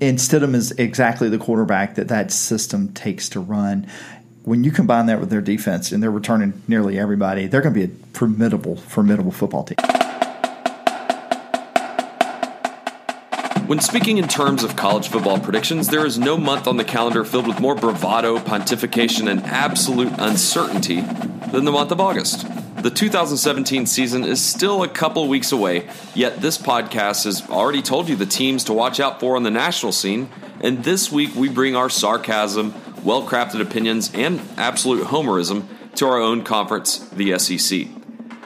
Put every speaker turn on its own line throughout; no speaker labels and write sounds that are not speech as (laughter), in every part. and Stidham is exactly the quarterback that that system takes to run. When you combine that with their defense and they're returning nearly everybody, they're going to be a formidable, formidable football team.
When speaking in terms of college football predictions, there is no month on the calendar filled with more bravado, pontification, and absolute uncertainty than the month of August. The 2017 season is still a couple weeks away, yet this podcast has already told you the teams to watch out for on the national scene, and this week we bring our sarcasm, well crafted opinions, and absolute homerism to our own conference, the E SEC.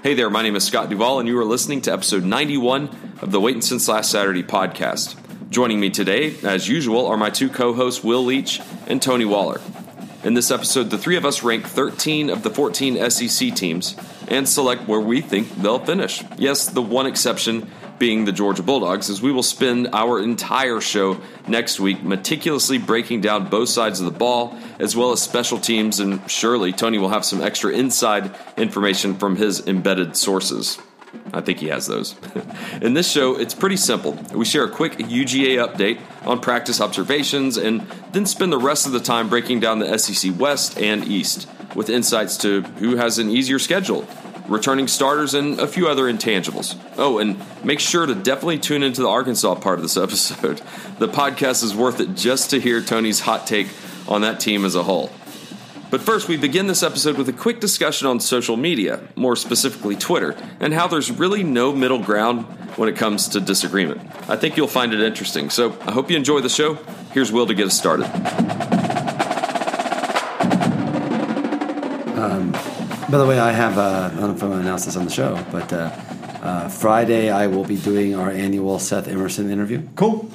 Hey there, my name is Scott Duvall, and you are listening to episode 91 of the Waiting Since Last Saturday podcast. Joining me today, as usual, are my two co hosts, Will Leach and Tony Waller. In this episode, the three of us rank 13 of the 14 SEC teams and select where we think they'll finish. Yes, the one exception being the Georgia Bulldogs, as we will spend our entire show next week meticulously breaking down both sides of the ball, as well as special teams, and surely Tony will have some extra inside information from his embedded sources. I think he has those. (laughs) In this show, it's pretty simple. We share a quick UGA update on practice observations and then spend the rest of the time breaking down the SEC West and East with insights to who has an easier schedule, returning starters, and a few other intangibles. Oh, and make sure to definitely tune into the Arkansas part of this (laughs) episode. The podcast is worth it just to hear Tony's hot take on that team as a whole. But first, we begin this episode with a quick discussion on social media, more specifically Twitter, and how there's really no middle ground when it comes to disagreement. I think you'll find it interesting. So I hope you enjoy the show. Here's Will to get us started.
By the way, I have, uh, I don't know if I'm going to announce this on the show, but uh, uh, Friday I will be doing our annual Seth Emerson interview.
Cool.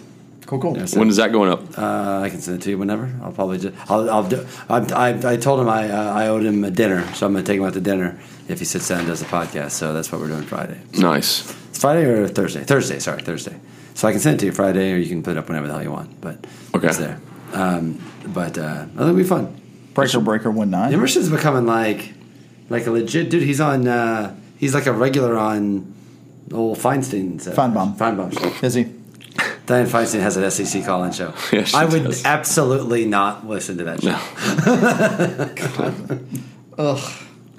Cool, cool.
Yes.
When is that going up?
Uh, I can send it to you whenever. I'll probably just, I'll, I'll do, I'm, I, I told him I, uh, I owed him a dinner, so I'm going to take him out to dinner if he sits down and does the podcast. So that's what we're doing Friday.
Nice.
It's Friday or Thursday? Thursday, sorry, Thursday. So I can send it to you Friday or you can put it up whenever the hell you want, but
Okay.
it's there. Um, but uh, I think it'll be fun.
Breaker, breaker, one nine.
Emerson's becoming like like a legit dude. He's on uh he's like a regular on old Feinstein's uh,
Feinbaum.
Feinbaum show.
Is he?
Diane Feinstein has an SEC call in show.
(laughs) Yeah, she
I would
does.
absolutely not listen to that show.
No.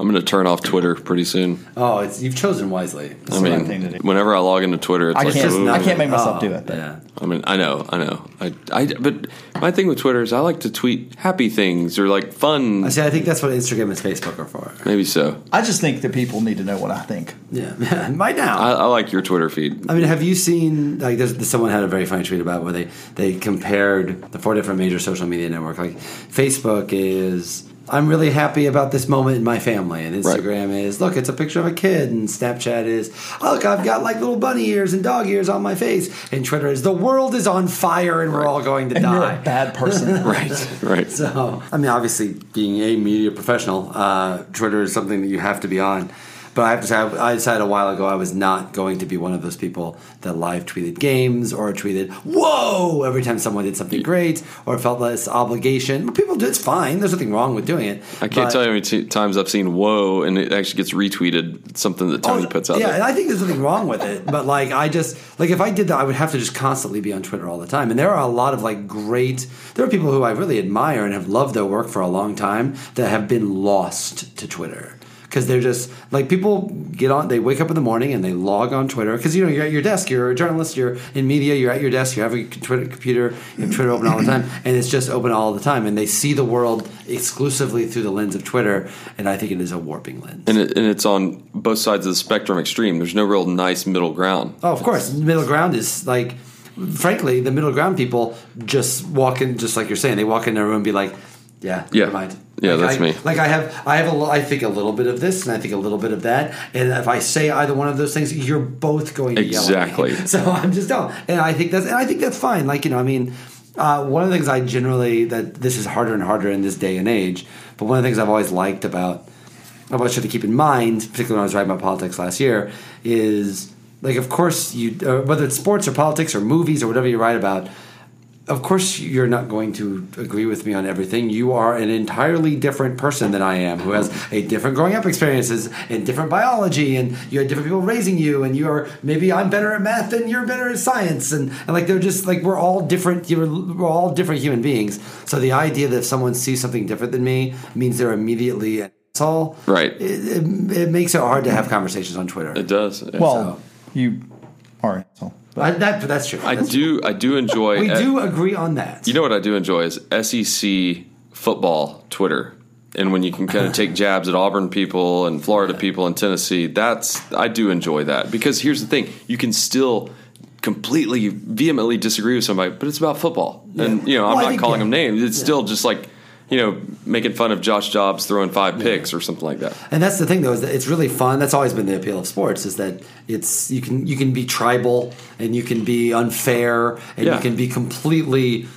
I'm going to turn off Twitter pretty soon.
Oh, it's you've chosen wisely.
I
the right
mean,
thing to do.
whenever I log into Twitter, it's
I
like,
can't.
ooh.
I can't make myself do it.
Oh, Yeah.
I mean, I know, I know. I, I, but my thing with Twitter is I like to tweet happy things or like fun.
See, I think that's what Instagram and Facebook are for.
Maybe so.
I just think that people need to know what I think.
Yeah. (laughs) right now.
I, I like your Twitter feed.
I mean, have you seen like there's someone had a very funny tweet about where they they compared the four different major social media network. Like Facebook is I'm really happy about this moment in my family, and
Right.
Instagram is look it's a picture of a kid, and Snapchat is oh, look I've got like little bunny ears and dog ears on my face, and Twitter is the world is on fire and we're all going to
And you're
die.
a bad
(laughs)
person.
Right, right.
So, I mean, obviously, being a media professional, uh, Twitter is something that you have to be on. But I have to say, I I decided a while ago I was not going to be one of those people that live tweeted games or tweeted "whoa" every time someone did something great or felt less obligation. But people do; it's fine. There's nothing wrong with doing it.
I can't
But-
tell you how many t- times I've seen "whoa" and it actually gets retweeted. Something that Tony
Oh,
puts out
Yeah,
there.
and I think there's nothing wrong with it. But like, I just like if I did that, I would have to just constantly be on Twitter all the time. And there are a lot of like great. There are people who I really admire and have loved their work for a long time that have been lost to Twitter. Because they're just like people get on, they wake up in the morning and they log on Twitter. Because you know, you're at your desk, you're a journalist, you're in media, you're at your desk, you have a Twitter computer, you have Twitter open all
(laughs)
the time, and it's just open all the time. And they see the world exclusively through the lens of Twitter, and I think it is a warping lens.
and, it, and it's on both sides of the spectrum extreme. There's no real nice middle ground.
Oh, of course. Middle ground is like, frankly, the middle ground people just walk in, just like you're saying, they walk in their room and be like, yeah,
Yeah.
never mind.
Yeah,
Like,
that's
I-
me.
Like I have, I have a, li- I think a little bit of this, and I think a little bit of that, and if I say either one of those things, you're both going to yell.
Exactly.
at me. (laughs) So I'm just don't, and I think that's, and I think that's fine. Like you know, I mean, uh, one of the things I generally that this is harder and harder in this day and age, but one of the things I've always liked about I want you to keep in mind, particularly when I was writing about politics last year, is like, of course, you uh, whether it's sports or politics or movies or whatever you write about, of course you're not going to agree with me on everything. You are an entirely different person than I am, who has a different growing up experiences and different biology, and you had different people raising you, and you are maybe I'm better at math and you're better at science, and, and like they're just like we're all different. You're, we're all different human beings. So the idea that if someone sees something different than me means they're immediately an asshole.
Right. Uh,
It, it, it makes it hard to have conversations on Twitter.
It does.
Well, you are an asshole.
I, that, that's true.
I uh,
That's-
do. I do enjoy.
we do agree on that.
You know what I do enjoy is SEC football Twitter, and when you can
(laughs)
kind of take jabs at Auburn people and Florida people and Tennessee. That's I do enjoy that because here's the thing: you can still completely vehemently disagree with somebody, but it's about football, and you know I'm
Well, I
not
think,
calling
yeah.
them names. It's still just like you know making fun of Josh Jobs throwing five picks or something like that.
And that's the thing, though, is that it's really fun. That's always been the appeal of sports is that it's you can you can be tribal and you can be unfair and
Yeah.
you can be completely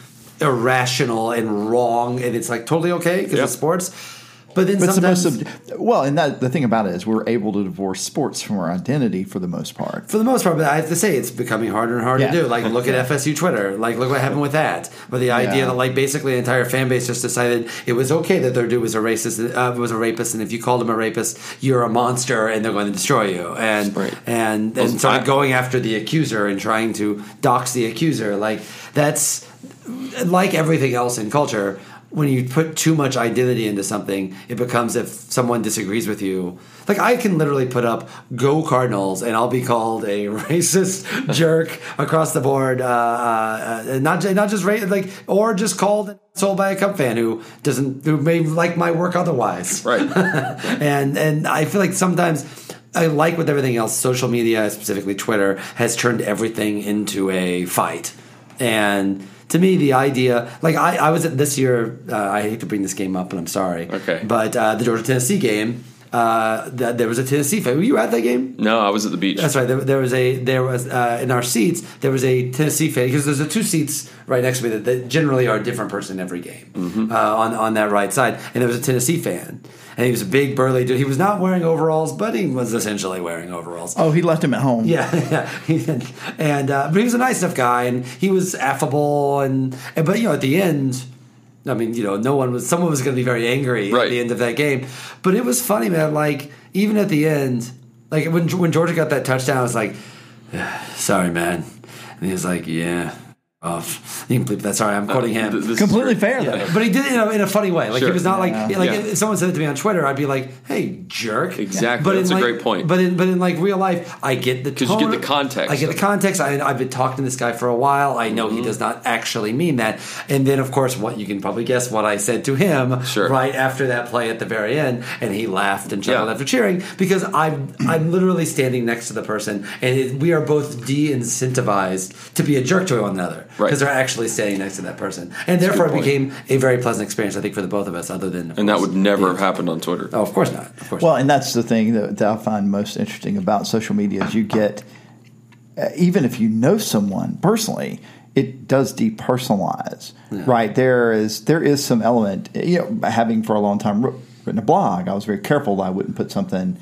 irrational and wrong, and it's like totally okay because
Yeah.
it's sports. But then
But it's the
sometimes,
most sub- well, and that, the thing about it is we're able to divorce sports from our identity for the most part.
for the most part, but I have to say it's becoming harder and harder
Yeah.
to do. Like look at FSU Twitter. Like look what happened with that. But the idea
Yeah.
that like basically an entire fan base just decided it was okay that their dude was a racist, uh, was a rapist, and if you called him a rapist, you're a monster, and they're going to destroy you. And
Right.
and
Well,
and started
I-
going after the accuser and trying to dox the accuser. Like that's like everything else in culture, when you put too much identity into something, it becomes if someone disagrees with you. Like I can literally put up "Go Cardinals" and I'll be called a (laughs) racist jerk across the board. Uh, uh, uh, not ju- not just ra- like or just called an asshole by a Cub fan who doesn't who may like my work otherwise
Right.
(laughs) and and I feel like sometimes I like with everything else, social media, specifically Twitter, has turned everything into a fight. And to me, the idea, like I, I was at this year, uh, I hate to bring this game up, and I'm sorry.
Okay.
But uh, the Georgia Tennessee game, uh, th- there was a Tennessee fan. Were you at that game?
no, I was at the beach.
That's right. There, there was a there was uh, in our seats there was a Tennessee fan because there's a two seats right next to me that, that generally are a different person every game uh, on on that right side, and there was a Tennessee fan, and he was a big burly dude. He was not wearing overalls, but he was essentially wearing overalls.
Oh, he left him at home.
Yeah, (laughs) yeah. (laughs) He did. And uh, but he was a nice enough guy, and he was affable, and, and but you know at the end, I mean you know no one was someone was going to be very angry
Right.
at the end of that game, but it was funny man. Like even at the end, like when when Georgia got that touchdown, I was like, (sighs) sorry man, and he was like, yeah, off. You can bleep that. Sorry, I'm quoting him.
Th- this is
completely
true.
fair though.
(laughs) but he did it in a, in a funny way. Like
Sure.
he was not like
Yeah.
like
Yeah.
if someone said it to me on Twitter, I'd be like, "Hey, jerk."
Exactly. That's
in
a
like-
great point.
But in but in like real life, I get the
'Cause you get
tone-
the context
I get
of Mm-hmm.
the context. I, I've been talking to this guy for a while. I know he does not actually mean that. And then of course, what you can probably guess what I said to him
Sure.
right after that play at the very end, and he laughed and chuckled
Yeah.
after cheering because I'm I'm literally standing next to the person, and it, we are both de-incentivized to be a jerk to one another
Right.
because they're actually standing next to that person, and therefore
good
it
point.
became a very pleasant experience, I think, for the both of us. Other than, of
And that
course,
would never have
the-
happened on Twitter.
Oh, of course not. Of course.
Well, and that's the thing that, that I find most interesting about social media is you get, uh, even if you know someone personally, it does depersonalize, right? There is there is some element, you know, having for a long time wr- written a blog, I was very careful that I wouldn't put something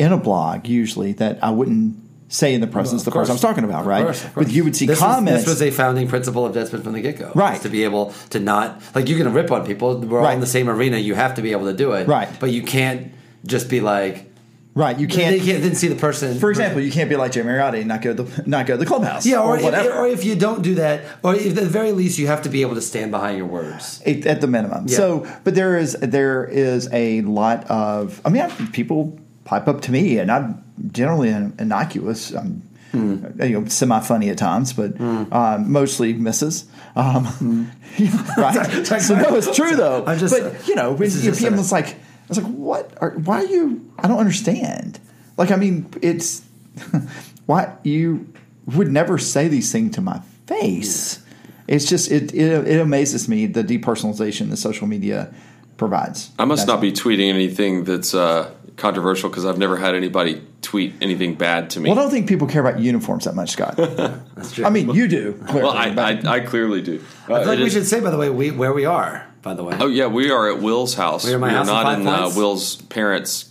in a blog usually that I wouldn't say in the presence of the person I was talking about, right?
Of course, of
But you would
course.
see
this was-
comments.
this was a founding principle of Deadspin from the get go.
Right.
To be able to not, like, you can rip on people. We're all
Right.
in the same arena. You have to be able to do it.
Right.
But you can't just be like,
right, you
they
can't.
can't, didn't see the person.
For example, you can't be like Jay Mariotti and not go to the, not go to the clubhouse.
Yeah, or, if,
whatever.
or if you don't do that, or if, at the very least, you have to be able to stand behind your words.
At, at the minimum.
Yeah.
So, but there is there is a lot of. I mean, I've, people pipe up to me, and I'm generally in- innocuous. I'm
Hmm.
you know semi funny at times, but um, mostly misses. Um, (laughs)
(laughs)
right. so no, it's true though.
Hmm. I'm just-
but you know, when
this is
you
just
people,
a-
it's like I was like, what? Are, why are you? I don't understand. Like, I mean, it's why you would never say these things to my face. It's just it, it it amazes me the depersonalization that social media provides.
I must
That's
not
all.
be tweeting anything that's uh, controversial because I've never had anybody tweet anything bad to me.
Well, I don't think people care about uniforms that much, Scott.
That's true.
I mean, you do. Clearly,
(laughs) Well, I,
but-
I, I clearly do.
I feel like
It
we
is-
should say, by the way, we, where we are, by the way.
oh yeah, we are at Will's house.
We're at my
We are
house in
not
Five
in uh,
Points.
Will's parents'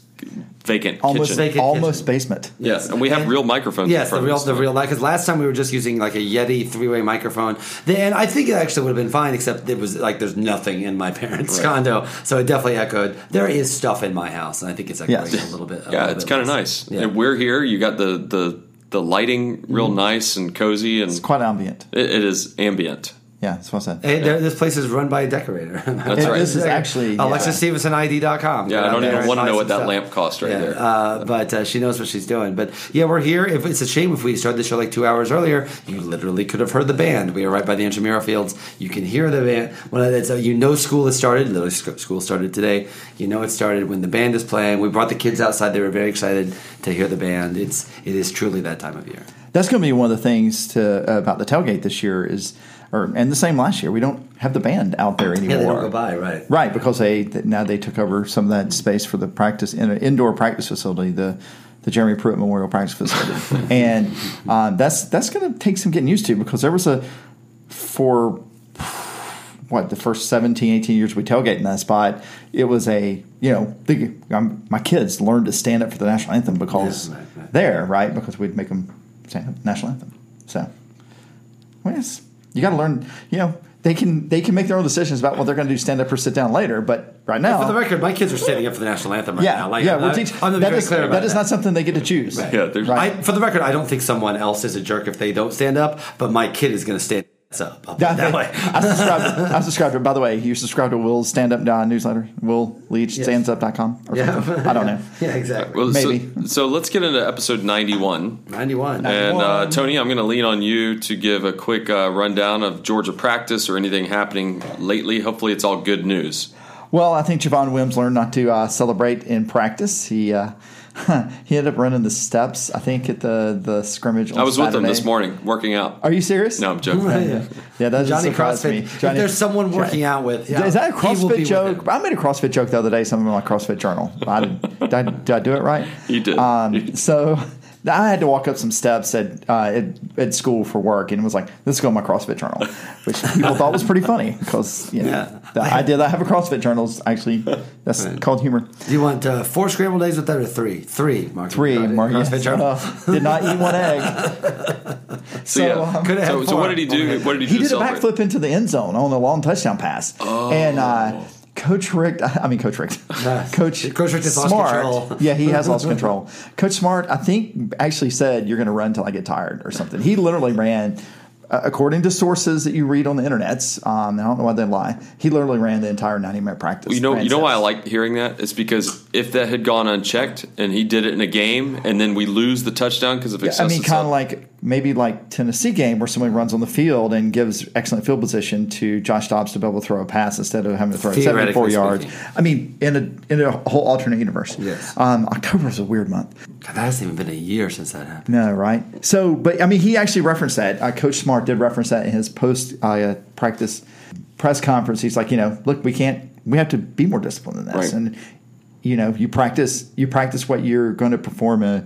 vacant
almost
kitchen.
Vacant
almost
kitchen.
basement.
Yes, and we have real microphones. in
Yes, the
front of
real
us.
the real mic. Because last time we were just using like a Yeti three way microphone, and I think it actually would have been fine, except it was like there's nothing in my (laughs) parents'
Right.
condo, so it definitely echoed. There is stuff in my house, and I think it's echoing
Yes.
a little bit. a
Yeah,
little
it's
bit
kind of
less.
nice.
Yeah. Mm.
And we're here. You got the the the lighting real nice and cozy, and
It's quite ambient.
it, it is ambient.
Yeah, that's what I said.
Hey, there- this place is run by a decorater. (laughs)
That's right.
This is actually
Alexis Stevenson ID.com.
Yeah, I don't even want to know what that
lamp.
lamp cost right
Yeah,
there.
Uh, but uh, she knows what she's doing. But yeah, we're here. If it's a shame if we started the show like two hours earlier, you literally could have heard the band. We are right by the Intramura fields. You can hear the band. When it's, uh, you know school has started. Literally, sc- school started today. You know it started when the band is playing. We brought the kids outside. They were very excited to hear the band. It's it is truly that time of year.
That's going to be one of the things to about the tailgate this year is, or and the same last year. We don't have the band out there anymore.
Yeah, they don't go by right.
Right, because they th- now they took over some of that space for the practice in an indoor practice facility, the the Jeremy Pruitt Memorial Practice Facility, and um, that's that's going to take some getting used to because there was a for what the first 17 18 years we tailgate in that spot it was a you know the, um my kids learned to stand up for the national anthem because
Yeah, right, right.
there right because we'd make them stand up national anthem so well, yes you got to learn you know they can they can make their own decisions about what they're going to do stand up or sit down later but right now
For the record, my kids are standing up for the national anthem right
yeah
now. Like,
yeah
I'm
we're
not-
teach-
I'm not
that
very
is
clear about
that is not something they get to choose
Right.
yeah, there's
right.
I, for the record, I don't think someone else is a jerk if they don't stand up, but my kid is going to stand up. I'll put
Yeah, I
it that
think- (laughs)
way.
I subscribed. I subscribed to. By the way, you subscribe to Will's Stand Up Down newsletter. Will Leach stands up dot com or
Yeah.
something. (laughs) I don't
(laughs)
know.
Yeah, exactly.
well,
maybe.
So, so let's get into episode ninety-one. And
91.
uh,
One.
Tony, I'm going to lean on you to give a quick uh, rundown of Georgia practice or anything happening lately. Hopefully, it's all good news.
Well, I think Javon Wims learned not to uh, celebrate in practice. He uh, (laughs) he ended up running the steps. I think at the the scrimmage. On
I was with them
Saturday.
this morning working out.
Are you serious?
No,
(laughs)
I'm joking.
Yeah.
Yeah, that doesn't
Johnny
surprise
CrossFit.
me.
if
Johnny-
there's someone working out with, yeah,
Is that a
he will be
CrossFit
with
joke?
him.
I made a CrossFit joke the other day. Something on my CrossFit journal. I did, (laughs) did, I, did I do it right?
You did.
Um, (laughs) so I had to walk up some steps at, uh, at at school for work, and was like, "Let's go on my CrossFit journal," which people thought was pretty funny because you know,
Yeah.
the idea that I have a CrossFit journal is actually that's called humor.
Do you want uh, four scrambled eggs with that or three? Three, Mark.
Three,
Got it.
Mark,
CrossFit
yes.
journal.
Uh, did not eat one
(laughs)
egg.
So,
So,
yeah.
um,
Could have
so,
had
so
four.
what did he do? What did he do?
He
to
did a
celebrate?
backflip into the end zone on a long touchdown pass, and
Oh.
uh, Coach Rick. (laughs) I mean, Coach Rick.
(laughs) Yeah.
Coach
Coach Rick has lost
Smart.
control.
(laughs) yeah, he has lost control. Coach Smart, I think, actually said, "You're going to run till I get tired" or something. He literally ran. Uh, according to sources that you read on the internets, um, I don't know why they lie. He literally ran the entire 90 minute practice.
You know,
Ran
you know
sets.
why I like hearing that? It's because if that had gone unchecked and he did it in a game, and then we lose the touchdown because of
I
excessive.
mean, kind
sub-
of like maybe like Tennessee game where somebody runs on the field and gives excellent field position to Josh Dobbs to be able to throw a pass instead of having to throw it 74
Theoretically
yards.
speaking.
I mean, in a in a whole alternate universe.
Yes.
Um, October is a weird month.
God, that hasn't even been a year since that happened.
No, right? So, but I mean, he actually referenced that. Uh, Coach Smart did reference that in his post uh, practice press conference. He's like, you know, look, we can't. We have to be more disciplined than this,
Right.
and you know, you practice. You practice what you're going to perform uh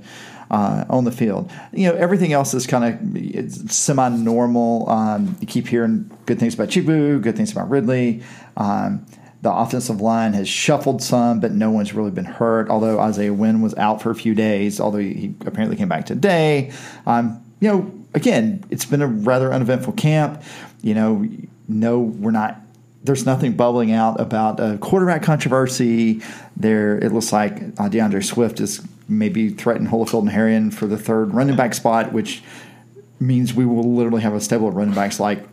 uh, on the field. You know, everything else is kind of semi-normal. Um, you keep hearing good things about Chibu, good things about Ridley. Um, the offensive line has shuffled some, but no one's really been hurt. Although Isaiah Wynn was out for a few days, although he apparently came back today. Um, you know, again, it's been a rather uneventful camp. You know, no, we're not. There's nothing bubbling out about a quarterback controversy. There, it looks like uh, DeAndre Swift is maybe threatened Holofield and Harrion for the third running back spot, which means we will literally have a stable of running backs like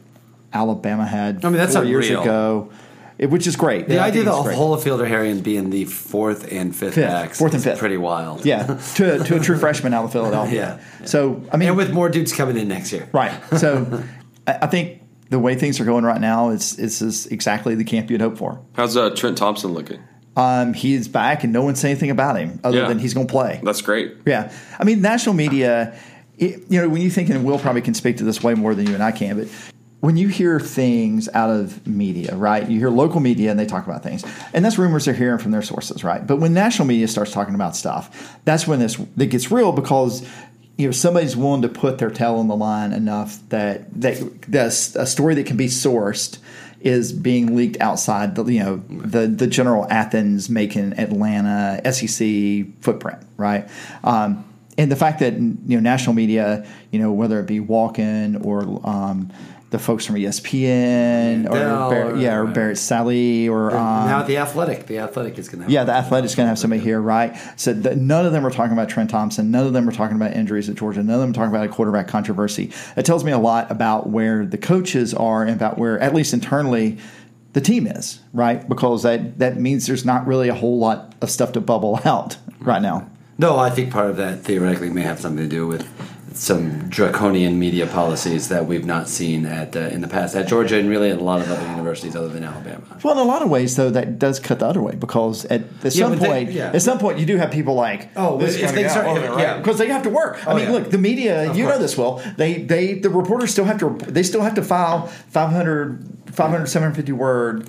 Alabama had
I mean, that's
four years
unreal.
ago, it, which is great.
The
I
idea
think
that
it's great.
Holofield or Harrion being the fourth and fifth,
Fifth,
backs
fourth and
is
fifth.
pretty wild.
yeah, to, to a true freshman out of Philadelphia.
(laughs) Yeah.
So I mean,
and with more dudes coming in next year.
Right. So I I think the way things are going right now, it's it's is exactly the camp you'd hope for.
How's uh, Trent Thompson looking?
Um, he's back, and no one said anything about him other
Yeah.
than he's going to play.
That's great.
Yeah, I mean, national media. It, you know, when you think, and Will probably can speak to this way more than you and I can, but when you hear things out of media, right? You hear local media and they talk about things, and that's rumors they're hearing from their sources, right? But when national media starts talking about stuff, that's when this that gets real because you know somebody's willing to put their tail on the line enough that that that's a story that can be sourced is being leaked outside the you know the the general Athens, Macon, Atlanta SEC footprint, right? Um, and the fact that you know national media, you know whether it be Walken or um, the folks from ESPN or,
Dell
Barrett,
or-
yeah or Barrett Sally or um,
now the athletic, the athletic is going to have
yeah, the Athletics going to have somebody here, right? So the, none of them are talking about Trent Thompson. None of them are talking about injuries at Georgia. None of them are talking about a quarterback controversy. It tells me a lot about where the coaches are and about where, at least internally, the team is, right? Because that that means there's not really a whole lot of stuff to bubble (laughs) out right now.
No, I think part of that theoretically may have something to do with some draconian media policies that we've not seen at uh, in the past at Georgia and really at a lot of other universities other than Alabama.
Well, in a lot of ways, though, that does cut the other way because at, at some
but they-
point,
yeah.
at some point, you do have people like, oh, this
it's-
is going
they
to
start-
go
yeah,
right?
yeah.
because they have to work. I
Oh,
mean,
yeah.
look, the media, you know
course.
this well. They, they, the reporters still have to, they still have to file 500, 500 750 word.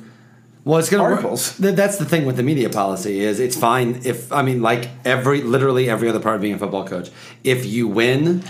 Well, it's going
Articles.
to That's the thing with the media policy is it's fine if I mean like every literally every other part of being a football coach. If you win, y-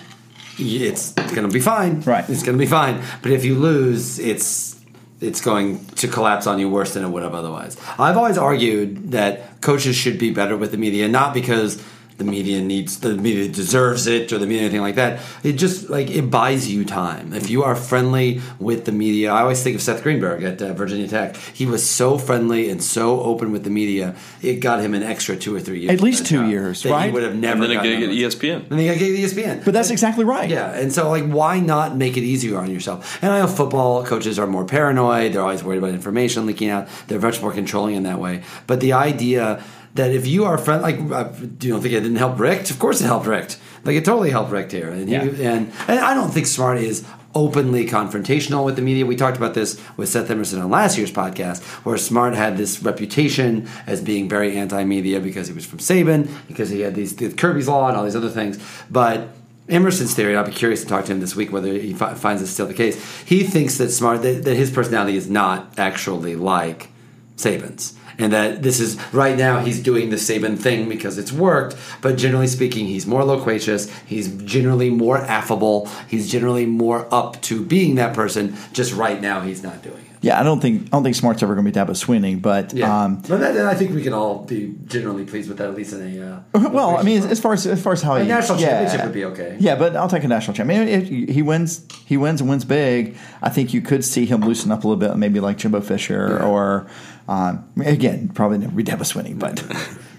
it's going to be fine.
Right.
It's going to be fine. But if you lose, it's it's going to collapse on you worse than it would have otherwise. I've always argued that coaches should be better with the media, not because the media needs the media deserves it or the media anything like that. It just like it buys you time. If you are friendly with the media, I always think of Seth Greenberg at uh, Virginia Tech. He was so friendly and so open with the media. It got him an extra two or three years,
At least
on that
two
job
years,
that he
right?
would have
and
never.
then E a
gotten
gig at
otherwise.
ESPN.
And then he got E gig at ESPN.
But that's exactly right.
Yeah, and so like, why not make it easier on yourself? And I know football coaches are more paranoid; they're always worried about information leaking out. They're much more controlling in that way. But the idea that if you are friend, like, uh, do you don't think it didn't help Richt? Of course, it helped Richt. Like, it totally helped Richt here. And he,
Yeah.
and and I don't think Smart is openly confrontational with the media. We talked about this with Seth Emerson on last year's podcast, where Smart had this reputation as being very anti-media because he was from Saban, because he had these the Kirby's Law and all these other things, but. Emerson's theory, and I'll be curious to talk to him this week whether he fi- finds this still the case. He thinks that smart that, that his personality is not actually like Saban's, and that this is right now he's doing the Saban thing because it's worked. But generally speaking, he's more loquacious. He's generally more affable. He's generally more up to being that person. Just right now, he's not doing it.
Yeah, I don't think I don't think Smart's ever going to be Dabo Swinney, but um,
but that, I think we can all be generally pleased with that, at least in a.
(laughs)
Uh,
Well, I mean, as, as far as as far as how he
national
yeah.
championship would be okay.
Yeah, but I'll take a national championship. I mean, if he wins, he wins and wins big. I think you could see him loosen up a little bit, maybe like Jimbo Fisher
Yeah.
or um, again, probably never be Dabo Swinney, but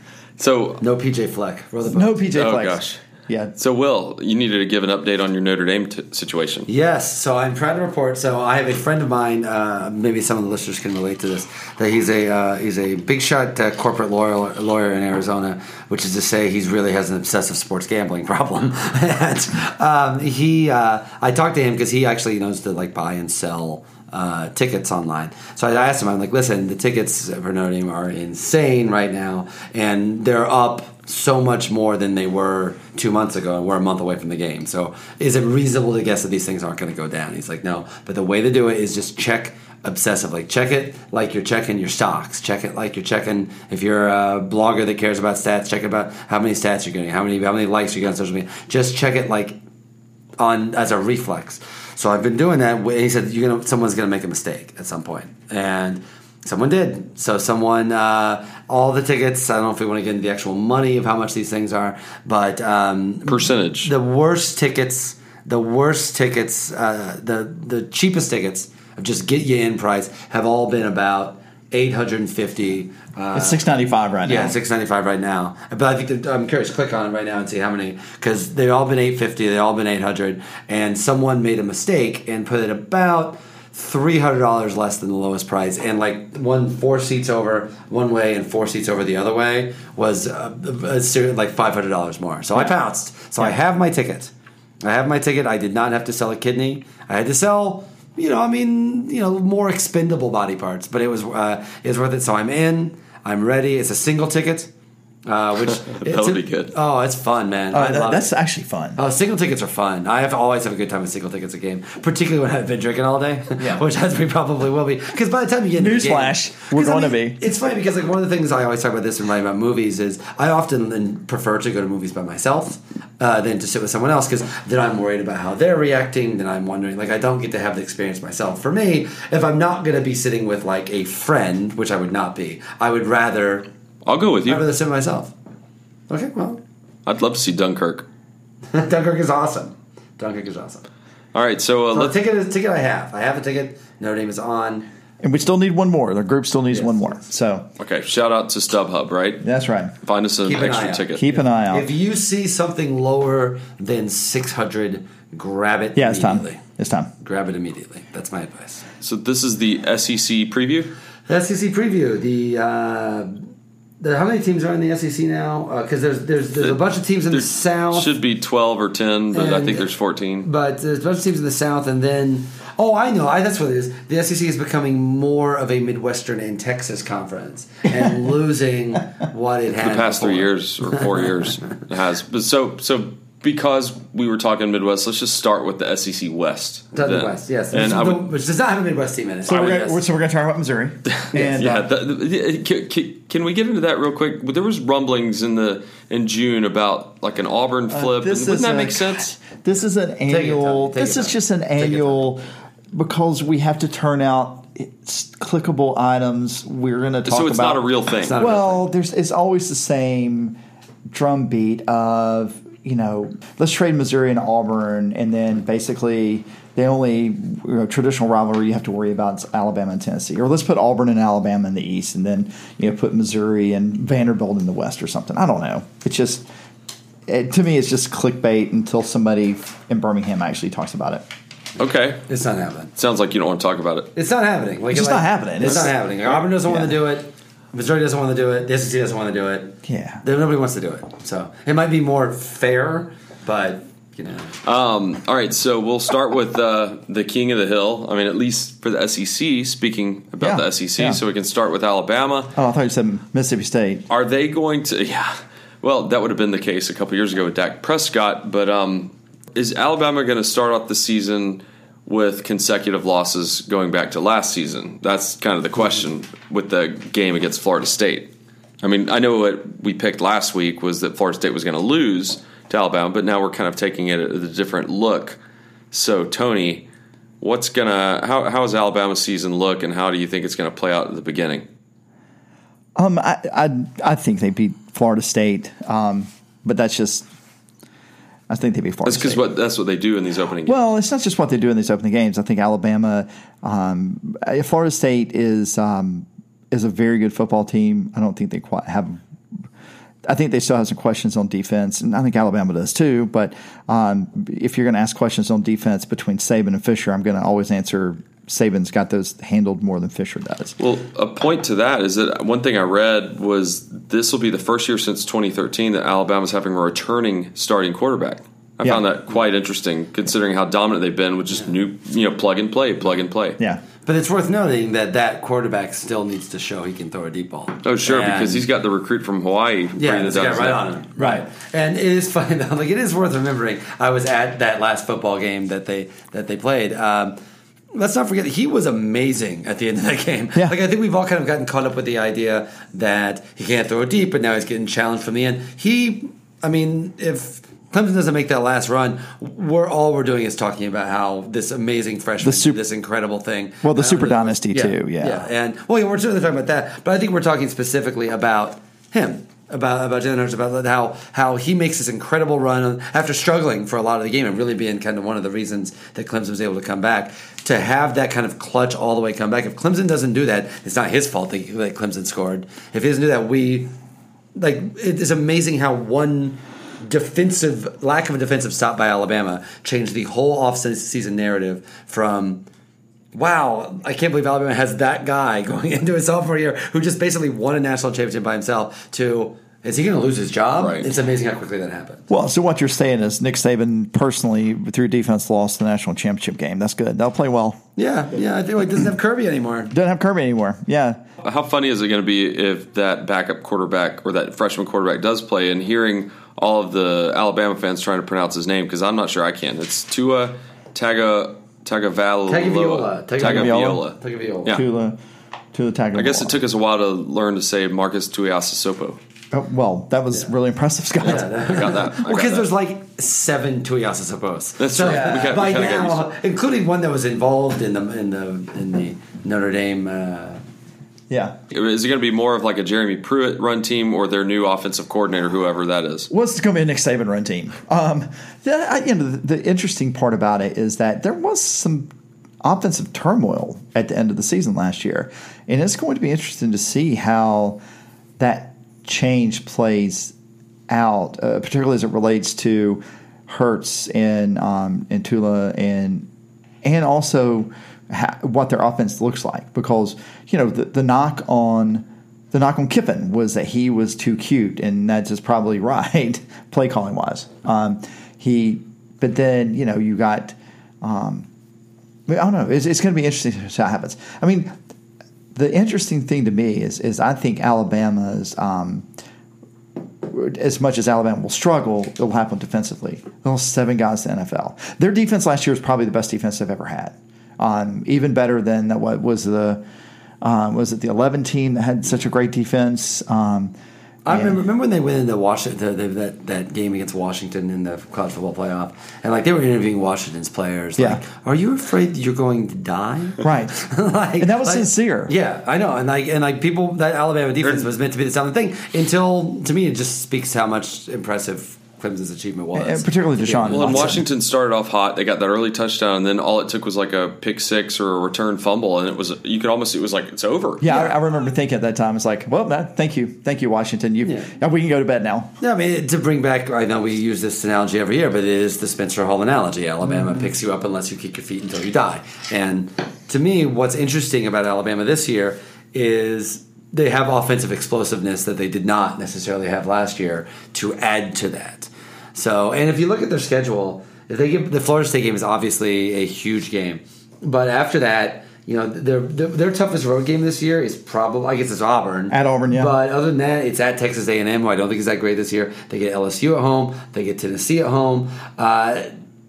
(laughs)
So,
no PJ Fleck. Row the boat.
no PJ.
Oh,
Flex.
gosh.
yeah.
so Will, you needed to give an update on your Notre Dame t- situation.
Yes, so I'm proud to report. So I have a friend of mine. Uh, maybe some of the listeners can relate to this. That he's a uh, he's a big shot uh, corporate lawyer lawyer in Arizona, which is to say he's really has an obsessive sports gambling (laughs) problem. and, um, he uh, I talked to him because he actually knows to like buy and sell uh, tickets online. So I asked him, I'm like, listen, the tickets for Notre Dame are insane right now, and they're up so much more than they were two months ago, and we're a month away from the game. So is it reasonable to guess that these things aren't going to go down? He's like, no, but the way to do it is just check obsessively. Check it like you're checking your stocks. Check it like you're checking if you're a blogger that cares about stats. Check about how many stats you're getting, how many how many likes you get on social media. Just check it like on as a reflex. So I've been doing that. And he said, "You're gonna, someone's gonna make a mistake at some point," and someone did. So someone, uh, all the tickets. I don't know if we want to get into the actual money of how much these things are, but um,
Percentage.
the worst tickets, the worst tickets, uh, the the cheapest tickets of just get you in price have all been about eight hundred and fifty. Uh,
It's six ninety five right
yeah,
now.
six ninety five right now. But I think that- I'm curious. Click on it right now and see how many because they've all been eight fifty. They've all been eight hundred, and someone made a mistake and put it about three hundred dollars less than the lowest price, and like one four seats over one way and four seats over the other way was uh, a ser- like five hundred dollars more. So I pounced. So I have my ticket. I have my ticket. I did not have to sell a kidney. I had to sell. You know, I mean, you know, more expendable body parts, but it was uh, it was worth it. So I'm in. I'm ready. It's a single ticket.
(laughs)
uh, which it's
be good.
Oh, it's fun, man. I
Uh, that-
love
that's
it.
actually fun.
Oh, single tickets are fun. I have always have a good time with single tickets at game, particularly when I've been drinking all day. (laughs)
Yeah.
which as we probably will be, because by the time you get into the game-
Newsflash, we're
'Cause,
gonna
mean,
be.
It's funny because like one of the things I always talk about this when writing about movies is I often then prefer to go to movies by myself uh, than to sit with someone else because then I'm worried about how they're reacting. Then I'm wondering like I don't get to have the experience myself. For me, if I'm not going to be sitting with like a friend, which I would not be, I would rather
I'll go with
I'd rather
you.
sit with myself. Okay, well, (laughs)
I'd love to see Dunkirk.
Dunkirk is awesome. Dunkirk is awesome.
All right, so uh,
Well,
let's.
ticket is ticket. I have. I have a ticket. Notre Dame is on.
And we still need one more. The group still needs
Yes.
one more. So
Okay, shout out to StubHub, right?
that's right.
Find us an
Keep an eye
extra
out.
ticket.
Keep an eye out.
If you see something lower than six hundred, grab it.
yeah, it's time.
immediately.
It's time.
Grab it immediately. That's my advice.
so this is the SEC preview.
The SEC preview. The. Uh, the, how many teams are in the SEC now? Because there's there's there's a bunch of teams in the
There
South.
should be twelve or ten, but I
And-
think there's fourteen.
But there's a bunch of teams in the South, and then oh, I know, I, that's what it is. The SEC is becoming more of a Midwestern and Texas conference, and (laughs) losing what it had
the past three
before.
years or four years it has. But so so because we were talking Midwest, let's just start with the SEC West.
Does
then.
Midwest, yes,
and I
Which-
would.
which does not have a Midwest team in it.
So we're,
I
gonna,
would
we're,
guess.
so we're going to talk about
(laughs)
Missouri. and
Yeah,
uh,
the, the, can- can, can we get into that real quick? There was rumblings in the in June about like an Auburn flip. and
this
wouldn't
is
that
a-
make sense?
This is an
your
annual.
time. Take
This
your
is
time.
just an
Take your
annual
time.
because we have to turn out it's clickable items. We're going to talk
So it's
about
not a real thing.
not a-
Well, there's it's always the same drumbeat of you know let's trade Missouri and Auburn, and then basically the only you know, traditional rivalry you have to worry about is Alabama and Tennessee, or let's put Auburn and Alabama in the East, and then you know put Missouri and Vanderbilt in the West or something. I don't know. It's just it, to me, it's just clickbait until somebody in Birmingham actually talks about it.
okay,
it's not happening.
sounds like you don't want to talk about it.
It's not happening. Like,
It's just
like-
not happening.
It's,
It's-
not happening. Like, Auburn doesn't want to
Yeah.
do it. Missouri doesn't want to do it. The SEC doesn't want to do it.
Yeah.
There- nobody wants to do it. So it might be more fair, but you know,
Um, all right, so we'll start with uh, the king of the hill. I mean, at least for the SEC. Speaking about
Yeah,
the SEC,
yeah.
so we can start with Alabama.
Oh, I thought you said Mississippi State.
Are they going to? Yeah. Well, that would have been the case a couple years ago with Dak Prescott, but um, is Alabama going to start off the season with consecutive losses going back to last season? That's kind of the question with the game against Florida State. I mean, I know what we picked last week was that Florida State was going to lose to Alabama, but now we're kind of taking it at a different look. So, Tony, what's gonna how how is Alabama's season look, and how do you think it's going to play out at the beginning?
Um, I, I I think they beat Florida State, um, but that's just I think they beat Florida
That's because
State.
what that's what they do in these opening games.
well, it's not just what they do in these opening games. I think Alabama, um, uh, Florida State is um, is a very good football team. I don't think they quite have. I think they still have some questions on defense, and I think Alabama does too. But um, if you're going to ask questions on defense between Saban and Fisher, I'm going to always answer Saban's got those handled more than Fisher does.
Well, a point to that is that one thing I read was this will be the first year since 2013 that Alabama's having a returning starting quarterback. I
Yeah.
found that quite interesting, considering how dominant they've been with just new, you know, plug and play, plug and play.
Yeah.
but it's worth noting that that quarterback still needs to show he can throw a deep ball.
Oh, sure,
And-
because he's got the recruit from Hawaii.
Yeah,
breathing
this
down
guy
his
right
neck.
on him. Right. And it is (laughs) funny though, like it is worth remembering. I was at that last football game that they that they played. Um, let's not forget he was amazing at the end of that (laughs) game.
Yeah.
Like I think we've all kind of gotten caught up with the idea that he can't throw it deep, but now he's getting challenged from the end. He I mean, if Clemson doesn't make that last run. We're all we're doing is talking about how this amazing freshman,
The sup-
did this incredible thing.
Well, the
Uh,
Super Dynasty, too, yeah.
yeah, and well, yeah, we're certainly talking about that, but I think we're talking specifically about him, about about Jalen Hurts, about how how he makes this incredible run after struggling for a lot of the game and really being kind of one of the reasons that Clemson was able to come back. To have that kind of clutch all the way come back. If Clemson doesn't do that, it's not his fault that, that Clemson scored. If he doesn't do that, we like it is amazing how one defensive lack of a defensive stop by Alabama changed the whole offseason narrative from wow, I can't believe (laughs) Alabama has that guy going into his sophomore year who just basically won a national championship by himself to Is he going to lose his job?
Right.
It's amazing how quickly that happened.
Well, so what you're saying is Nick Saban personally through defense lost the national championship game. That's good. They'll play well.
Yeah, yeah. I think like doesn't have Kirby anymore.
Doesn't have Kirby anymore. Yeah.
How funny is it going to be if that backup quarterback or that freshman quarterback does play and hearing all of the Alabama fans trying to pronounce his name because I'm not sure I can. It's Tua Taga Tagovailoa.
Tagovailoa.
Tagovailoa.
Tagaviola.
Take a view.
Yeah.
To the to the tackle.
I guess it took us a while to learn to say Marcus Tuiasosopo.
Oh, well, that was really impressive, Scott.
I got that.
(laughs)
I
Well,
got
because
that.
there's like seven Tuyas, I suppose.
That's
so
true. We got- we
by
gotta get
now, including one that was involved in the in the in the Notre Dame. Uh,
Yeah.
Is it going to be more of like a Jeremy Pruitt run team or their new offensive coordinator, whoever that is?
What's going to be a Nick Saban run team? Um, the, I, you know, the, the interesting part about it is that there was some offensive turmoil at the end of the season last year, and it's going to be interesting to see how that change plays out, uh, particularly as it relates to Hertz and um, and Tula and and also ha- what their offense looks like because you know the, the knock on the knock on Kiffin was that he was too cute and that's just probably (laughs) right play calling wise um, he but then you know you got um, I don't know it's, it's going to be interesting to see how it happens I mean the interesting thing to me is is I think Alabama's um, as much as Alabama will struggle, it'll happen defensively. They lost seven guys in the NFL. Their defense last year was probably the best defense they've ever had. Um, even better than that, what was the um, was it the eleven team that had such a great defense? Um,
I
and-
remember, remember when they went into Washington the, the, that that game against Washington in the college football playoff, and like they were interviewing Washington's players.
Yeah.
Like, are you afraid that you're going to die? (laughs)
right?
like,
And that was
like-
sincere.
Yeah, I know, and like and like people that Alabama defense was meant to be the sound thing until to me it just speaks how much impressive Clemson's achievement was,
And particularly Deshaun
Well, and
Watson.
Washington started off hot. They got that early touchdown, and then all it took was like a pick six or a return fumble, and it was you could almost it was like it's over.
Yeah, I, I remember thinking at that time, it's like, well, that, thank you, thank you, Washington. You,
Yeah.
we can go to bed now.
No, I mean to bring back. I know we use this analogy every year, but it is the Spencer Hall analogy. Alabama
Mm-hmm.
picks you up unless you kick your feet until you die. And to me, what's interesting about Alabama this year is they have offensive explosiveness that they did not necessarily have last year to add to that. So, and if you look at their schedule, if they give the Florida State game is obviously a huge game, but after that. You know their, their their toughest road game this year is probably I guess it's Auburn
At Auburn, yeah.
But but other than that, it's at Texas A&M, who I don't think is that great this year. They get LSU at home. They get Tennessee at home. Uh,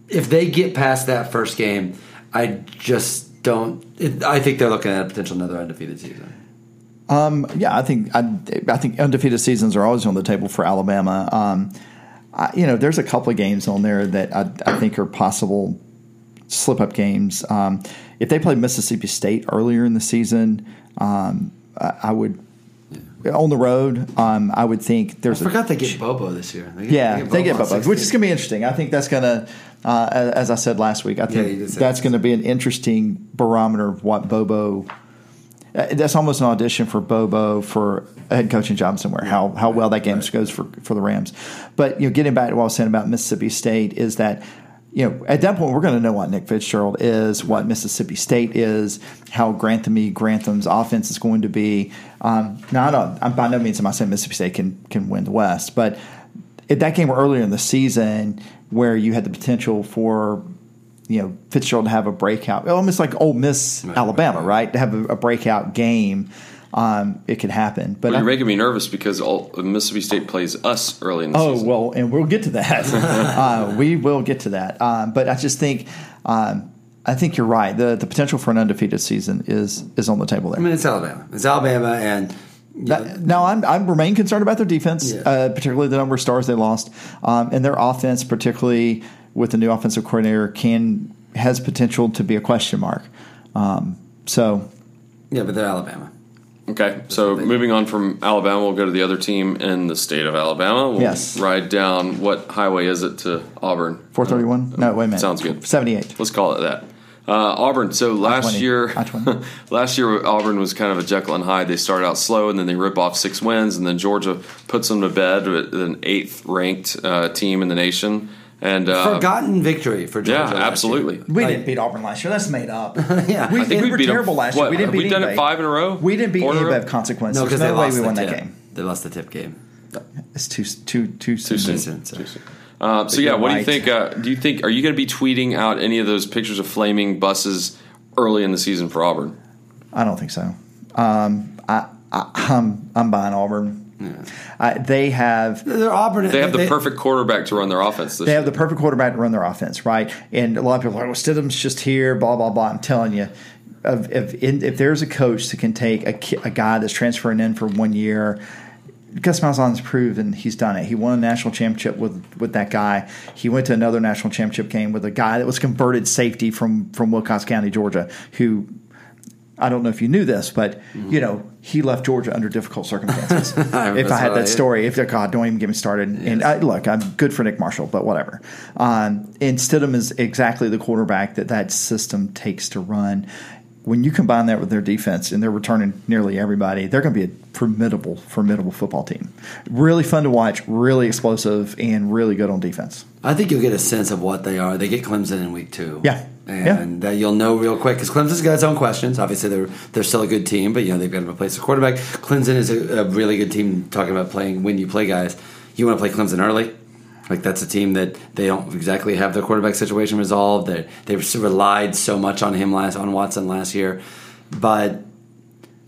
if they get past that first game, I just don't. It, I think they're looking at a potential another undefeated season.
yeah, I think I, I think undefeated seasons are always on the table for Alabama. Um, I, you know, there's a couple of games on there that I, I think are possible slip up games. Um, if they played Mississippi State earlier in the season, um, I, I would on the road. Um, I would think there's
I
a
forgot they get Bobo this year. They get,
yeah, they get
on
Bubba,
16.
which is going to be interesting. I think that's going to, uh, as as I said last week, I
you
think
did say
that's
that.
going to be an interesting barometer of what Bobo. uh, That's almost an audition for Bobo for a head coaching job somewhere. How how well that game goes for for the Rams, but you know, getting back to what I was saying about Mississippi State is that. You know, at that point, we're going to know what Nick Fitzgerald is, what Mississippi State is, how Grantham Grantham's offense is going to be. Um, now, I don't, I'm by no means am I saying Mississippi State can can win the West, but if that game were earlier in the season where you had the potential for you know Fitzgerald to have a breakout, almost like Ole Miss Alabama, right, To have a, a breakout game, um, it could happen. But
Well,
I-
you're making me nervous because all, Mississippi State plays us early in the
Oh
season.
well, and we'll get to (laughs) that. uh, we will get to that. Um, but I just think, um, I think you're right. The the potential for an undefeated season is is on the table there.
I mean, it's Alabama. It's Alabama, and
That, now I'm I remain concerned about their defense,
Yeah.
uh, particularly the number of stars they lost, um, and their offense, particularly with the new offensive coordinator, can has potential to be a question mark. Um, so
yeah, but they're Alabama.
Okay, so moving on from Alabama, we'll go to the other team in the state of Alabama. We'll
Yes.
ride down what highway is it to Auburn?
four thirty one. No, wait a minute.
Sounds good.
Seventy eight.
Let's call it that. Uh, Auburn. So last
I-20.
year,
I-20.
(laughs) last year Auburn was kind of a Jekyll and Hyde. They started out slow, and then they rip off six wins, and then Georgia puts them to bed with an eighth-ranked uh, team in the nation. And uh,
Forgotten victory for Georgia.
yeah,
last year.
absolutely.
We
Like-
didn't beat Auburn last year. That's made
(laughs)
up.
Yeah.
we,
I
think we
were
beat 'em,
terrible last year.
what,
we didn't
have we
beat
done it
anybody.
five in a row?
We didn't beat
Four in a
any
row?
of consequences.
No, because
There's
they
no way
lost
we
the
won
tip.
that game.
They lost the tip game.
It's too too too soon.
soon.
Soon, so.
Um, so yeah,
you're
what do you
right.
think? Uh, do you think are you going to be tweeting out any of those pictures of flaming buses early in the season for Auburn?
I don't think so. Um, I, I I'm I'm buying Auburn. I, they have
They're Auburn.
They have the
(laughs)
perfect quarterback to run their offense. This
they
year.
have the perfect quarterback to run their offense, right? And a lot of people are like, well, Stidham's just here, blah, blah, blah. I'm telling you, if, if, if there's a coach that can take a, ki- a guy that's transferring in for one year, Gus Malzahn's proven he's done it. He won a national championship with, with that guy. He went to another national championship game with a guy that was converted safety from, from Wilcox County, Georgia, who I don't know if you knew this, but you know he left Georgia under difficult circumstances. if
That's
I had
right.
that story, if God, don't even get me started. And I, look, I'm good for Nick Marshall, but whatever. Um, and Stidham is exactly the quarterback that that system takes to run. When you combine that with their defense and they're returning nearly everybody, they're going to be a formidable, formidable football team. Really fun to watch, really explosive, and really good on defense.
I think you'll get a sense of what they are. They get Clemson in week two.
Yeah.
And that you'll know real quick because Clemson's got its own questions. Obviously, they're they're still a good team, but you know they've got to replace the quarterback. Clemson is a, a really good team. Talking about playing when you play guys, you want to play Clemson early. Like that's a team that they don't exactly have their quarterback situation resolved. They they relied so much on him last on Watson last year, but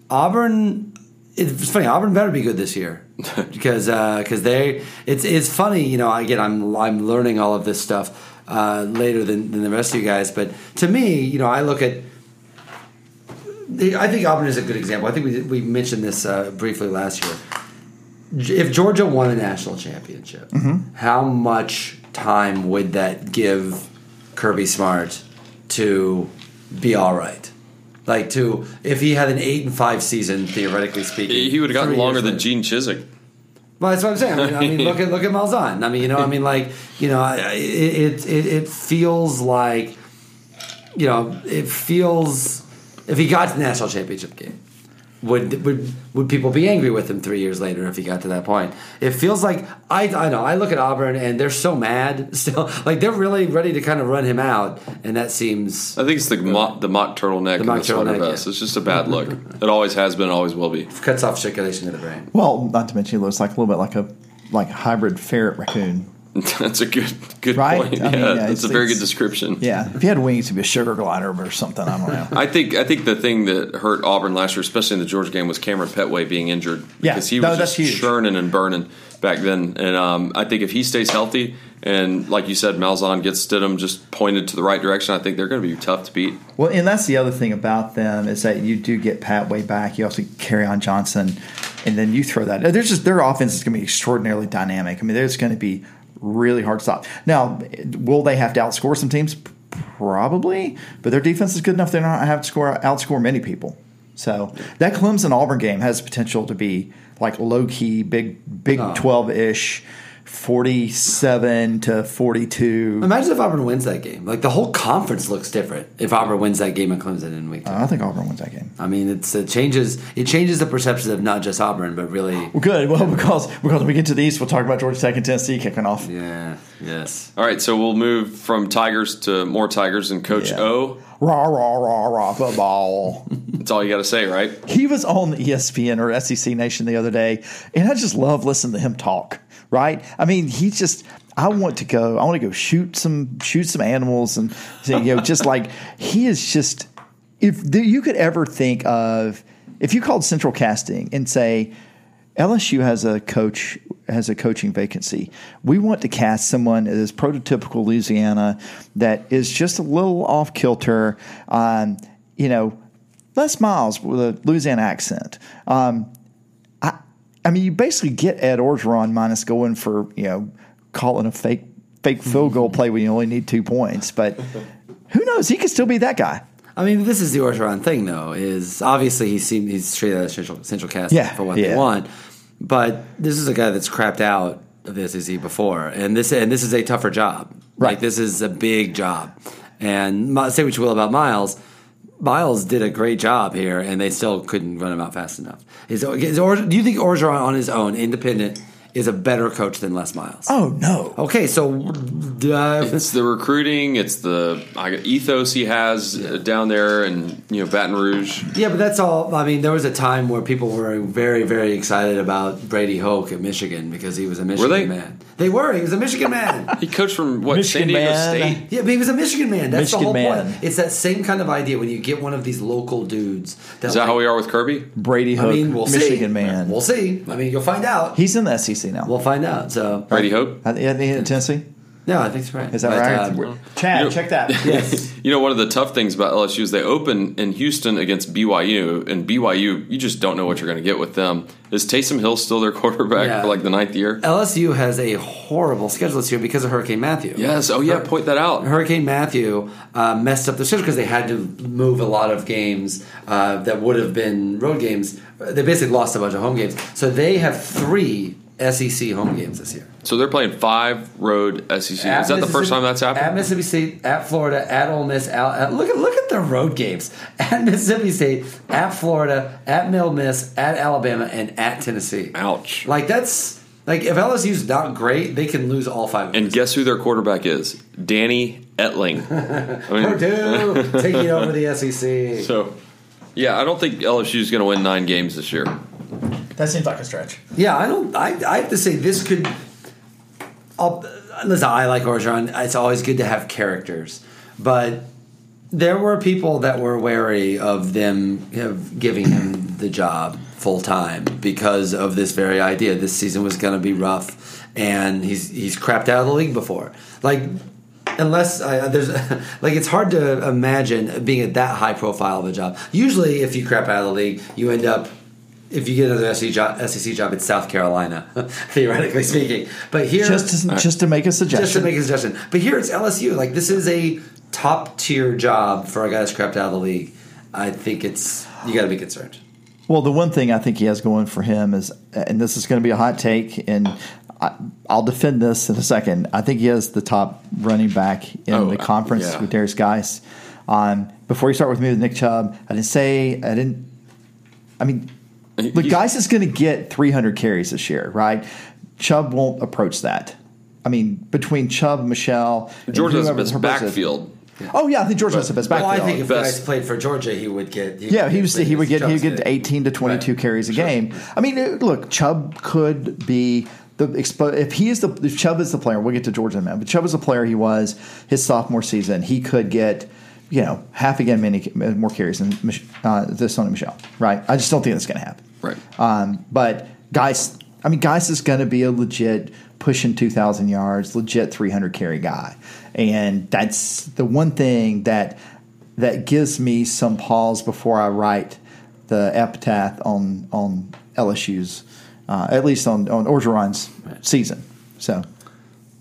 Auburn. It's funny. Auburn better be good this year because because they. It's it's funny. You know, again, I'm I'm learning all of this stuff uh, later than, than the rest of you guys. But to me, you know, I look at. I think Auburn is a good example. I think we we mentioned this uh, briefly last year. If Georgia won a national championship, how much time would that give Kirby Smart to be all right? Like to if he had an eight and five season, theoretically speaking,
he would have gotten
three
longer
years
than
later.
Gene Chiswick.
Well, that's what I'm saying. I mean, I mean look at look at Malzahn. I mean, you know, I mean, like, you know, I- I- it it it feels like, you know, it feels if he got to the national championship game, would would would people be angry with him three years later if he got to that point? It feels like I I know I look at Auburn and they're so mad (laughs) still, like they're really ready to kind of run him out, and that seems
I think it's the mock, the mock turtleneck and
mock
the sweater
turtleneck,
vest.
yeah.
It's just a
(laughs)
bad look. it always has been. Always will be. (laughs)
cuts off circulation to the brain.
Well, not to mention he looks like a little bit like a like hybrid ferret raccoon.
that's a good good
Right?
point.
I mean,
yeah,
yeah,
that's
it's-
a very good
it's-
description.
Yeah, if he had wings, he'd be a sugar glider or something. I don't know.
I think I think the thing that hurt Auburn last year, especially in the Georgia game, was Cameron Petway being injured
Yeah.
because he
No,
was
that's
just
huge.
churning and burning back then. And um, I think if he stays healthy and like you said, Malzahn gets Stidham just pointed to the right direction, I think they're going to be tough to beat.
Well, and that's the other thing about them is that you do get Pat way back. You also carry on Johnson, and then you throw that. There's just their offense is going to be extraordinarily dynamic. I mean, there's going to be really hard to stop. Now, will they have to outscore some teams? Probably, but their defense is good enough. They're not have to score outscore many people. So that Clemson Auburn game has potential to be like low key, big Big Twelve ish, forty seven to forty two.
Imagine if Auburn wins that game. Like the whole conference looks different if Auburn wins that game and Clemson in week two.
I think Auburn wins that game.
I mean, it's it changes it changes the perception of not just Auburn, but really,
Well, Good. Well, (laughs) because because when we get to the East, we'll talk about Georgia Tech and Tennessee kicking off.
yeah, yes.
All right, so we'll move from Tigers to more Tigers and Coach
Yeah.
O.
Rah rah rah rah football.
That's all you got to say, right?
he was on E ESPN or SEC Nation the other day, and I just love listening to him talk. Right? I mean, he just. I want to go. I want to go shoot some shoot some animals and you know just like he is just if th- you could ever think of if you called central casting and say LSU has a coach has a coaching vacancy. We want to cast someone that is prototypical Louisiana that is just a little off kilter. Um, you know, Les Miles with a Louisiana accent. Um, I, I mean, you basically get Ed Orgeron minus going for you know calling a fake fake field
(laughs)
goal play when you only need two points. But who knows? He could still be that guy.
I mean, this is the Orgeron thing, though. Is obviously he seemed he's straight out of central, central cast
Yeah,
for what
yeah.
they want, but this is a guy that's crapped out of the SEC before, and this and this is a tougher job.
Right.
Like this is a big job, and Mi- say what you will about Miles. Miles did a great job here, and they still couldn't run him out fast enough. Is, is Orge- do you think Orgeron on his own, independent, is a better coach than Les Miles.
Oh no.
Okay, so uh,
It's the recruiting, it's the I- ethos he has uh, down there, and you know Baton Rouge.
yeah, but that's all. I mean, there was a time where people were very, very excited about Brady Hoke at Michigan because he was a Michigan
they?
man. They were. He was a Michigan man.
(laughs) He coached from what
Michigan
San Diego
man.
State.
Yeah, but he was a Michigan man. That's the
Michigan
whole
man.
point. It's that same kind of idea when you get one of these local dudes.
Is that
like-
how we are with Kirby?
Brady
I
Hook,
mean, we'll
Michigan
see.
man.
We'll see. I mean, you'll find out.
He's in the SEC now.
We'll find out. So,
Brady Hope.
I think he's in Tennessee.
no, I think it's right.
Is that
But,
right?
uh,
Chad,
You know-
check that.
(laughs) yes.
You know, one of the tough things about LSU is they open in Houston against BYU, and BYU, you just don't know what you're going to get with them. Is Taysom Hill still their (laughs) quarterback
Yeah.
for like the ninth year?
LSU has a horrible schedule this year because of Hurricane Matthew.
Yes. Oh, yeah. Point that out.
Hurricane Matthew uh, messed up the schedule because they had to move a lot of games uh, that would have been road games. They basically lost a bunch of home games. So they have three SEC home games this year.
So they're playing five road SEC.
At
is that the first
Mississippi-
time that's
At
happened?
Mississippi State, at Florida, at Ole Miss, at, at- look at look at the road games. (laughs) At Mississippi State, at Florida, at Mill Miss, at Alabama, and at Tennessee.
Ouch.
Like that's like if LSU's not great, they can lose all five. (laughs)
And guess who their quarterback is? Danny Etling. I mean,
Purdue taking over the E SEC.
So, yeah, I don't think LSU is going to win nine games this year.
That seems like a stretch.
Yeah, I don't. I, I have to say this could. I'll, listen, I like Orgeron. It's always good to have characters, but there were people that were wary of them of giving him the job full time because of this very idea. This season was going to be rough, and he's he's crapped out of the league before. Like, unless I, there's (laughs) like it's hard to imagine being at that high profile of a job. Usually, if you crap out of the league, you end up. If you get another E SEC job, SEC job, it's South Carolina, (laughs) theoretically speaking. But here,
Just to, just to make a suggestion.
just to make a suggestion. But here it's LSU. Like this is a top tier job for a guy that's crapped out of the league. I think it's you got to be concerned.
Well, the one thing I think he has going for him is, and this is going to be a hot take, and I, I'll defend this in a second. I think he has the top running back in
Oh,
the conference
yeah.
with Darius Geis. Um, before you start with me with Nick Chubb, I didn't say I didn't. I mean, the
He's-
Geis is going to get 300 carries this year, right? Chubb won't approach that. I mean, between Chubb, Michelle, and
(laughs) Georgia has the
whoever
best
approaches it-
backfield.
Oh yeah, I think Georgia has the best
Well,
backfield.
I think if
Best.
guys played for Georgia, he would get.
Yeah,
would
he
get
was. He would get. He would get
Chubb's
eighteen to twenty-two
Right.
carries a game. I mean, uh, look, Chubb could be the expo- if he is the if Chubb is the player. We'll get to Georgia in a minute, but Chubb is the player he was his sophomore season. He could get you know half again many more carries than Mich- uh, this Sony Michelle. Right? I just don't think that's going to happen.
Right.
Um, but guys, I mean, guys is going to be a legit pushing 2,000 yards, legit 300 carry guy, and that's the one thing that that gives me some pause before I write the epitaph on on LSU's, uh, at least on on Orgeron's season. So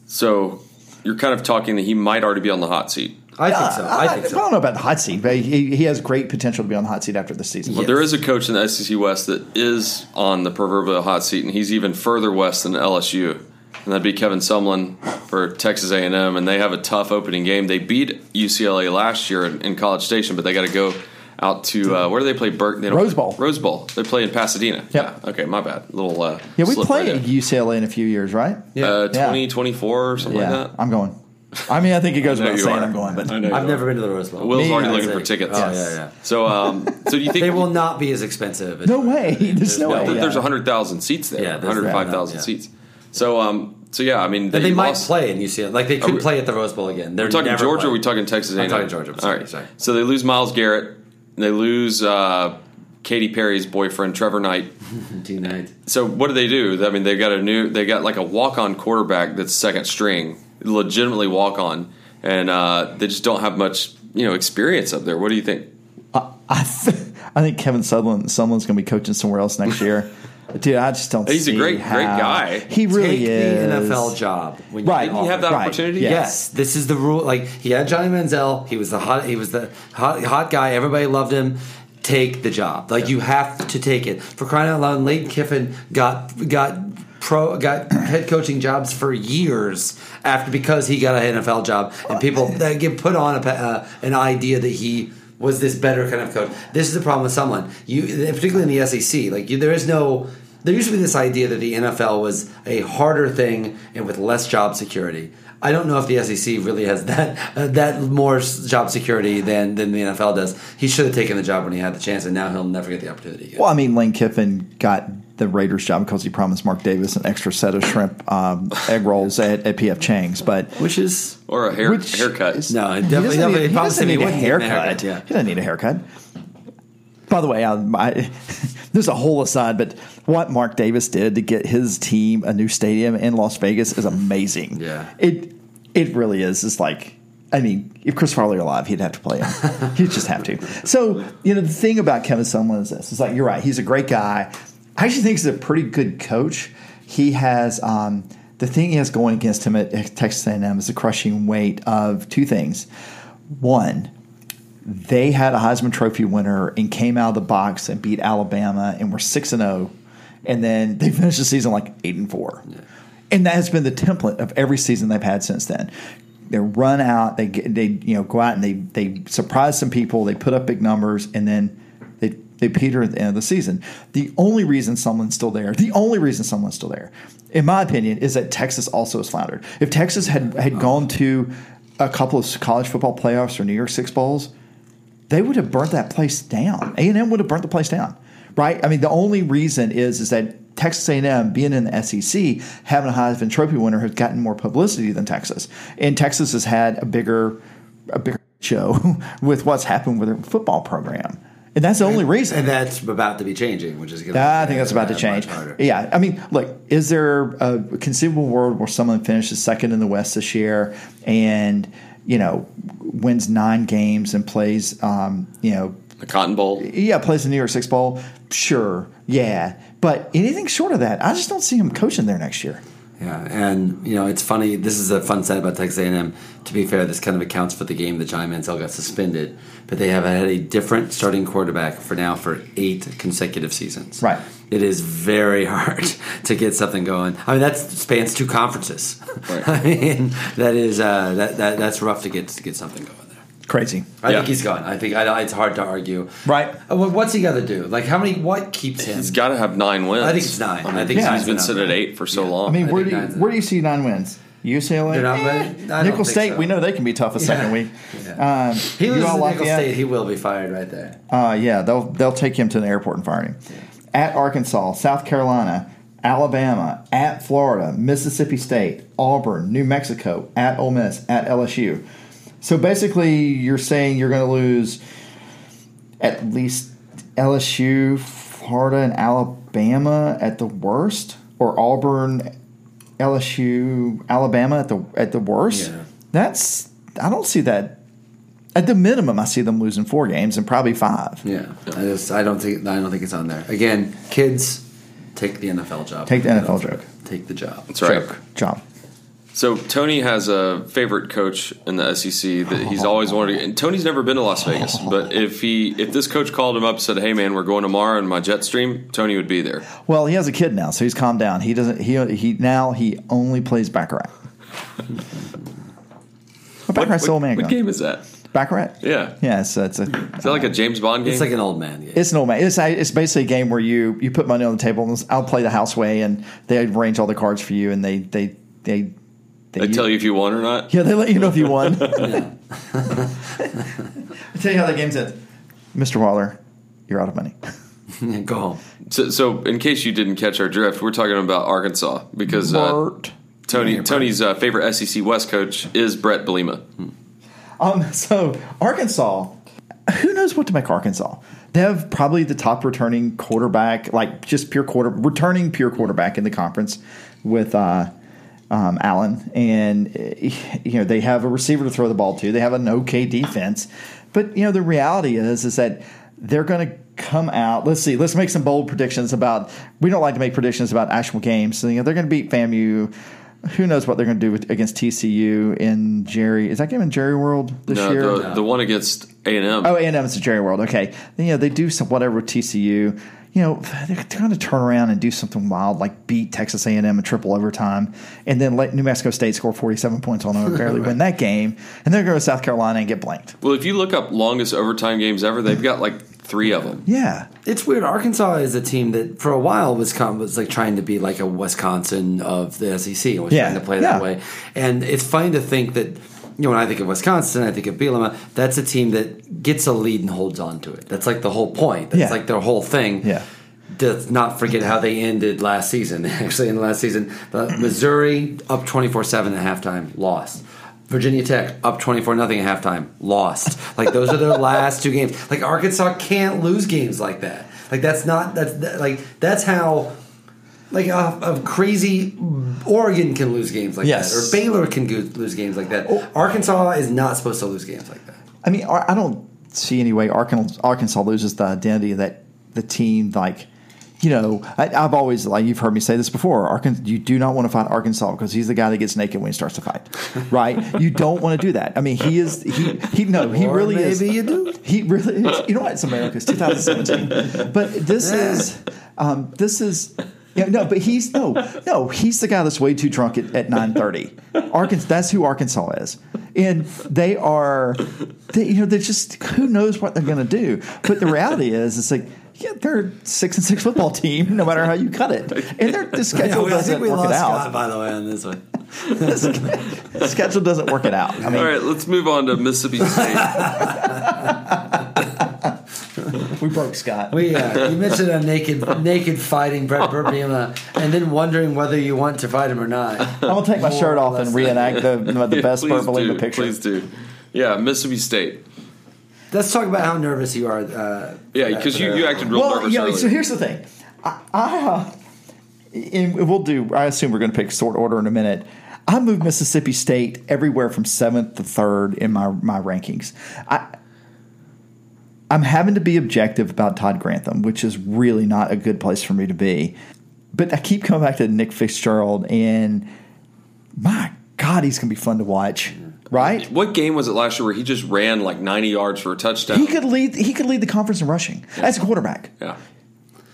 So you're kind of talking that he might already be on the hot seat.
I think so. I think so.
don't know about the hot seat, but he, he has great potential to be on the hot seat after this season.
But
Yes.
there is a coach in the SEC West that is on the proverbial hot seat, and he's even further west than LSU, and that'd be Kevin Sumlin for Texas A&M, and they have a tough opening game. They beat UCLA last year in, in College Station, but they got to go out to uh, where do they play? Berk- they don't-
Rose Bowl.
Rose Bowl. They play in Pasadena.
Yep.
Yeah. Okay, my bad. Little uh,
Yeah, we
slip
play
right
at
there.
UCLA in a few years, right?
uh,
Yeah.
2024 or something
Yeah,
like that.
I'm going. I mean, I think it goes
I know
without
you
saying
are.
I'm going, but
I know you
I've
are.
never been to the Rose Bowl.
(laughs) Will's
Me
already
either.
looking for tickets.
Oh, yeah, yeah.
So, um, so do
(laughs)
you think
They will not be as expensive. as-
No way. There's no
Yeah,
way.
th- there's
Yeah.
100,000 seats there.
Yeah, there's
105,000
that, yeah.
seats. So, um, so yeah, I mean,
But they might
lost-
play in UCLA. Like they could
we-
play at the Rose Bowl again. They're
We're talking
never
Georgia. Or
playing.
we talking Texas A&M.
I'm talking Georgia. I'm sorry, sorry.
So they lose Miles Garrett. They lose uh, Katy Perry's boyfriend Trevor Knight.
D-night.
So what do they do? I mean, they've got a new. They got like a walk-on quarterback that's second string, legitimately walk-on, and uh, they just don't have much you know experience up there. What do you think?
I, th- I think Kevin Sutherland Sutherland's going to be coaching somewhere else next
(laughs)
year. Dude, I just don't.
He's a
see
great- great
how-
guy.
He really
Take
is.
the NFL job when you
Right.
get
Didn't
You have that
Right.
opportunity.
Yeah.
Yes, this is the rule. Like he had Johnny Manziel, he was the hot, he was the hot, hot guy. Everybody loved him. Take the job. Like you have to take it. For crying out loud, Lane Kiffin got got pro got head coaching jobs for years after because he got an NFL job and people that get put on a, pa- uh, an idea that he E was this better kind of coach. This is the problem with someone. You particularly in the SEC, like you, there is no there used to be this idea that the NFL was a harder thing and with less job security. I don't know if the SEC really has (laughs) that that more job security than than the NFL does. He should have taken the job when he had the chance, and now he'll never get the opportunity again.
Well, I mean, Lane Kiffin got the Raiders job because he promised Mark Davis an extra set of shrimp um, egg rolls at, at PF Chang's, but
Which is
or a hair,
Which
haircut.
is-
no, it
He
definitely,
doesn't
definitely
need- he
promised
doesn't
him
need a
wouldn't get
haircut.
a
He
Yeah.
doesn't need a haircut. By the way, I, I, (laughs) this is a whole aside, but what Mark Davis did to get his team a new stadium in Las Vegas is amazing.
Yeah.
it it really is. It's like. I mean, if Chris Farley were alive, he'd have to play him. he'd just have to. So, you know, the thing about Kevin Sumlin is this: it's like you're right. He's a great guy. I actually think he's a pretty good coach. He has um, the thing he has going against him at Texas A&M is the crushing weight of two things. One, they had a Heisman Trophy winner and came out of the box and beat Alabama and were six and zero, and then they finished the season like eight and four, and that has been the template of every season they've had since then. They run out, they get, they you know go out and they they surprise some people, they put up big numbers, and then they they peter at the end of the season. The only reason someone's still there, the only reason someone's still there, in my opinion, is that Texas also has floundered. If Texas had had gone to a couple of college football playoffs or New York Six bowls, they would have burnt that place down. A and M would have burnt the place down, right? I mean, the only reason is is that Texas A and M being in the SEC, having a Heisman Trophy winner, has gotten more publicity than Texas, and Texas has had a bigger, a bigger show (laughs) with what's happened with their football program, and that's the only reason.
And that's about to be changing, which is going
I think that's about to change. Yeah, I mean, look, is there a conceivable world where someone finishes second in the West this year and you know wins nine games and plays um, you know
The Cotton Bowl.
yeah, plays the New York Six Bowl. Sure, yeah, but anything short of that, I just don't see him coaching there next year.
Yeah, and you know it's funny. This is a fun side about Texas A&M. To be fair, this kind of accounts for the game that Johnny Manziel got suspended, but they have had a different starting quarterback for now for eight consecutive seasons.
Right.
It is very (laughs) hard to get something going. I mean, that spans two conferences.
Right.
(laughs) I mean, that is uh, that, that that's rough to get to get something going there.
Crazy.
I
Yeah.
think he's gone. I think I, it's hard to argue.
Right.
Uh, what- What's he got to do? Like, how many? What keeps him?
He's got to have nine wins.
I think it's nine. I, think
yeah,
nine's
he's been
enough.
sitting at eight for so long.
I mean,
I
where do
think
you,
nine's
where do you see nine wins? UCLA,
They're not
Eh.
winning. I don't
Nickel
think
State.
so.
We know they can be tough a second
Yeah.
week.
Yeah.
Um,
He
you
loses
all
to
like
Nickel
that?
State, he will be fired right there.
Uh, yeah, they'll they'll take him to the airport and fire him. At Arkansas, South Carolina, Alabama, at Florida, Mississippi State, Auburn, New Mexico, at Ole Miss, at LSU. So basically, you're saying you're going to lose at least LSU, Florida, and Alabama at the worst, or Auburn, LSU, Alabama at the at the worst.
Yeah.
That's I don't see that. At the minimum, I see them losing four games and probably five.
Yeah, I just I don't think I don't think it's on there. Again, kids, take the NFL job.
Take the NFL joke.
Take the job.
That's right.
Joke. Job.
So Tony has a favorite coach in the SEC that he's always wanted. To, and Tony's never been to Las Vegas, but if he if this coach called him up and said, "Hey man, we're going tomorrow in my jet stream," Tony would be there.
Well, he has a kid now, so he's calmed down. He doesn't. He he now he only plays
(laughs)
baccarat. Well, Baccarat's the old man
what
game?
game is that?
Baccarat.
Yeah.
Yeah. It's it's a.
Is that like a James Bond game?
It's like an old man. Game.
It's an old man. It's it's basically a game where you you put money on the table and I'll play the house way and they arrange all the cards for you and they they they they,
they tell you if you won or
(laughs)
not.
Yeah, they let you know if you
(laughs)
won. I (laughs) tell you how that game's ends. Mr. Waller, you're out of money.
(laughs) Go home.
So, so in case you didn't catch our drift, we're talking about Arkansas because uh,
Bert.
Tony
Yeah, Brett.
Tony's uh, favorite SEC West coach is Brett Belima.
Um, so Arkansas, who knows what to make Arkansas? They have probably the top returning quarterback, like just pure quarter returning pure quarterback in the conference with uh, um, Allen, and eh, you know they have a receiver to throw the ball to. They have an okay defense, but you know the reality is is that they're going to come out. Let's see. Let's make some bold predictions about. We don't like to make predictions about actual games. So you know they're going to beat FAMU. Who knows what they're going to do with, against TCU in Jerry? Is that game in Jerry World this
No,
year?
the, the one against A and M.
Oh, A&M is the Jerry World. Okay. Then, you know, they do some whatever with TCU. You know, they're going to turn around and do something wild like beat Texas A&M in triple overtime and then let New Mexico State score 47 points on them and barely win that game. And they're going to South Carolina and get blanked.
Well, if you look up longest overtime games ever, they've got like Three of them.
Yeah.
It's weird. Arkansas is a team that for a while was com- was like trying to be like a Wisconsin of the SEC and was
Yeah,
trying to play
yeah.
that way. And it's funny to think that you know when I think of Wisconsin, I think of Bielema. That's a team that gets a lead and holds on to it. That's like the whole point. That's
Yeah.
like their whole thing.
Yeah.
Does not forget how they ended last season. (laughs) Actually, in the last season, the Missouri up twenty four seven at halftime, lost. Virginia Tech up twenty four nothing at halftime, lost. Like those are their (laughs) last two games. Like Arkansas can't lose games like that. Like that's not that's that, like that's how like a, a crazy Oregon can lose games like
Yes. Oh.
that, or Baylor can go, lose games like that. Arkansas is not supposed to lose games like that.
I mean, Ar- I don't see any way Arkan- Arkansas loses the identity of that the team. Like, you know, I, I've always like you've heard me say this before. Arkansas, you do not want to fight Arkansas because he's the guy that gets naked when he starts to fight, right? you don't want to do that. I mean, he is he he no he
Or
really is
maybe you do.
he really is. You know what? It's America. It's 2017. But this is, um, this is, yeah, no. But he's no, no. He's the guy that's way too drunk at, at 9:30. Arkansas. That's who Arkansas is, and they are, they, you know, they're just who knows what they're going to do. But the reality is, it's like. Yeah, they're a six and six football team. No matter how you cut it, and their the schedule
I
doesn't
think we
work
lost
it
Scott,
out.
by the way, on this one.
The schedule doesn't work it out. I mean,
All right, let's move on
(laughs)
to Mississippi State.
we broke Scott.
We, uh, you mentioned a naked, naked fighting Brett Bielema, and then wondering whether you want to fight him or not.
I'm gonna take my
More
shirt
or
off
less
and reenact the,
(laughs)
the best
Please
Bertolini
do,
picture.
Please do. Yeah, Mississippi State.
Let's talk about how nervous you are. Uh,
Yeah, because you, you acted real nervous
yeah,
earlier.
so here's the thing. I, I uh, and we'll do. I assume we're going to pick sort order in a minute. I moved Mississippi State everywhere from seventh to third in my my rankings. I. I'm having to be objective about Todd Grantham, which is really not a good place for me to be. But I keep coming back to Nick Fitzgerald, and my God, he's going to be fun to watch,
Mm-hmm.
right?
what game was it last year where he just ran like 90 yards for a touchdown?
He could lead. He could lead the conference in rushing as a quarterback.
yeah.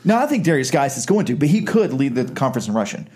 No, I think Darius Geis is going to, but he could lead the conference in rushing.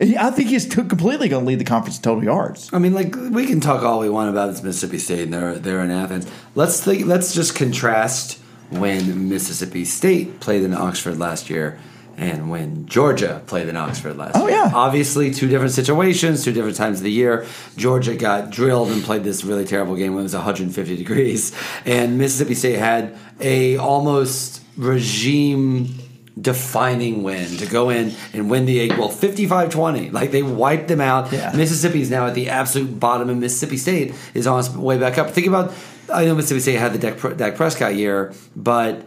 He- I think he's to- completely going to lead the conference in total yards.
I mean, like we can talk all we want about this Mississippi State, and they're they're in Athens. Let's think, let's just contrast when Mississippi State played in Oxford last year and when Georgia played in Oxford last
Oh,
year.
yeah.
Obviously, two different situations, two different times of the year. Georgia got drilled and played this really terrible game when it was 150 degrees, and Mississippi State had a almost regime defining win to go in and win the egg bowl 55-20 like they wiped them out
Yeah.
mississippi is now at the absolute bottom and mississippi state is on its way back up think about i know mississippi state had the Dak, Dak prescott year but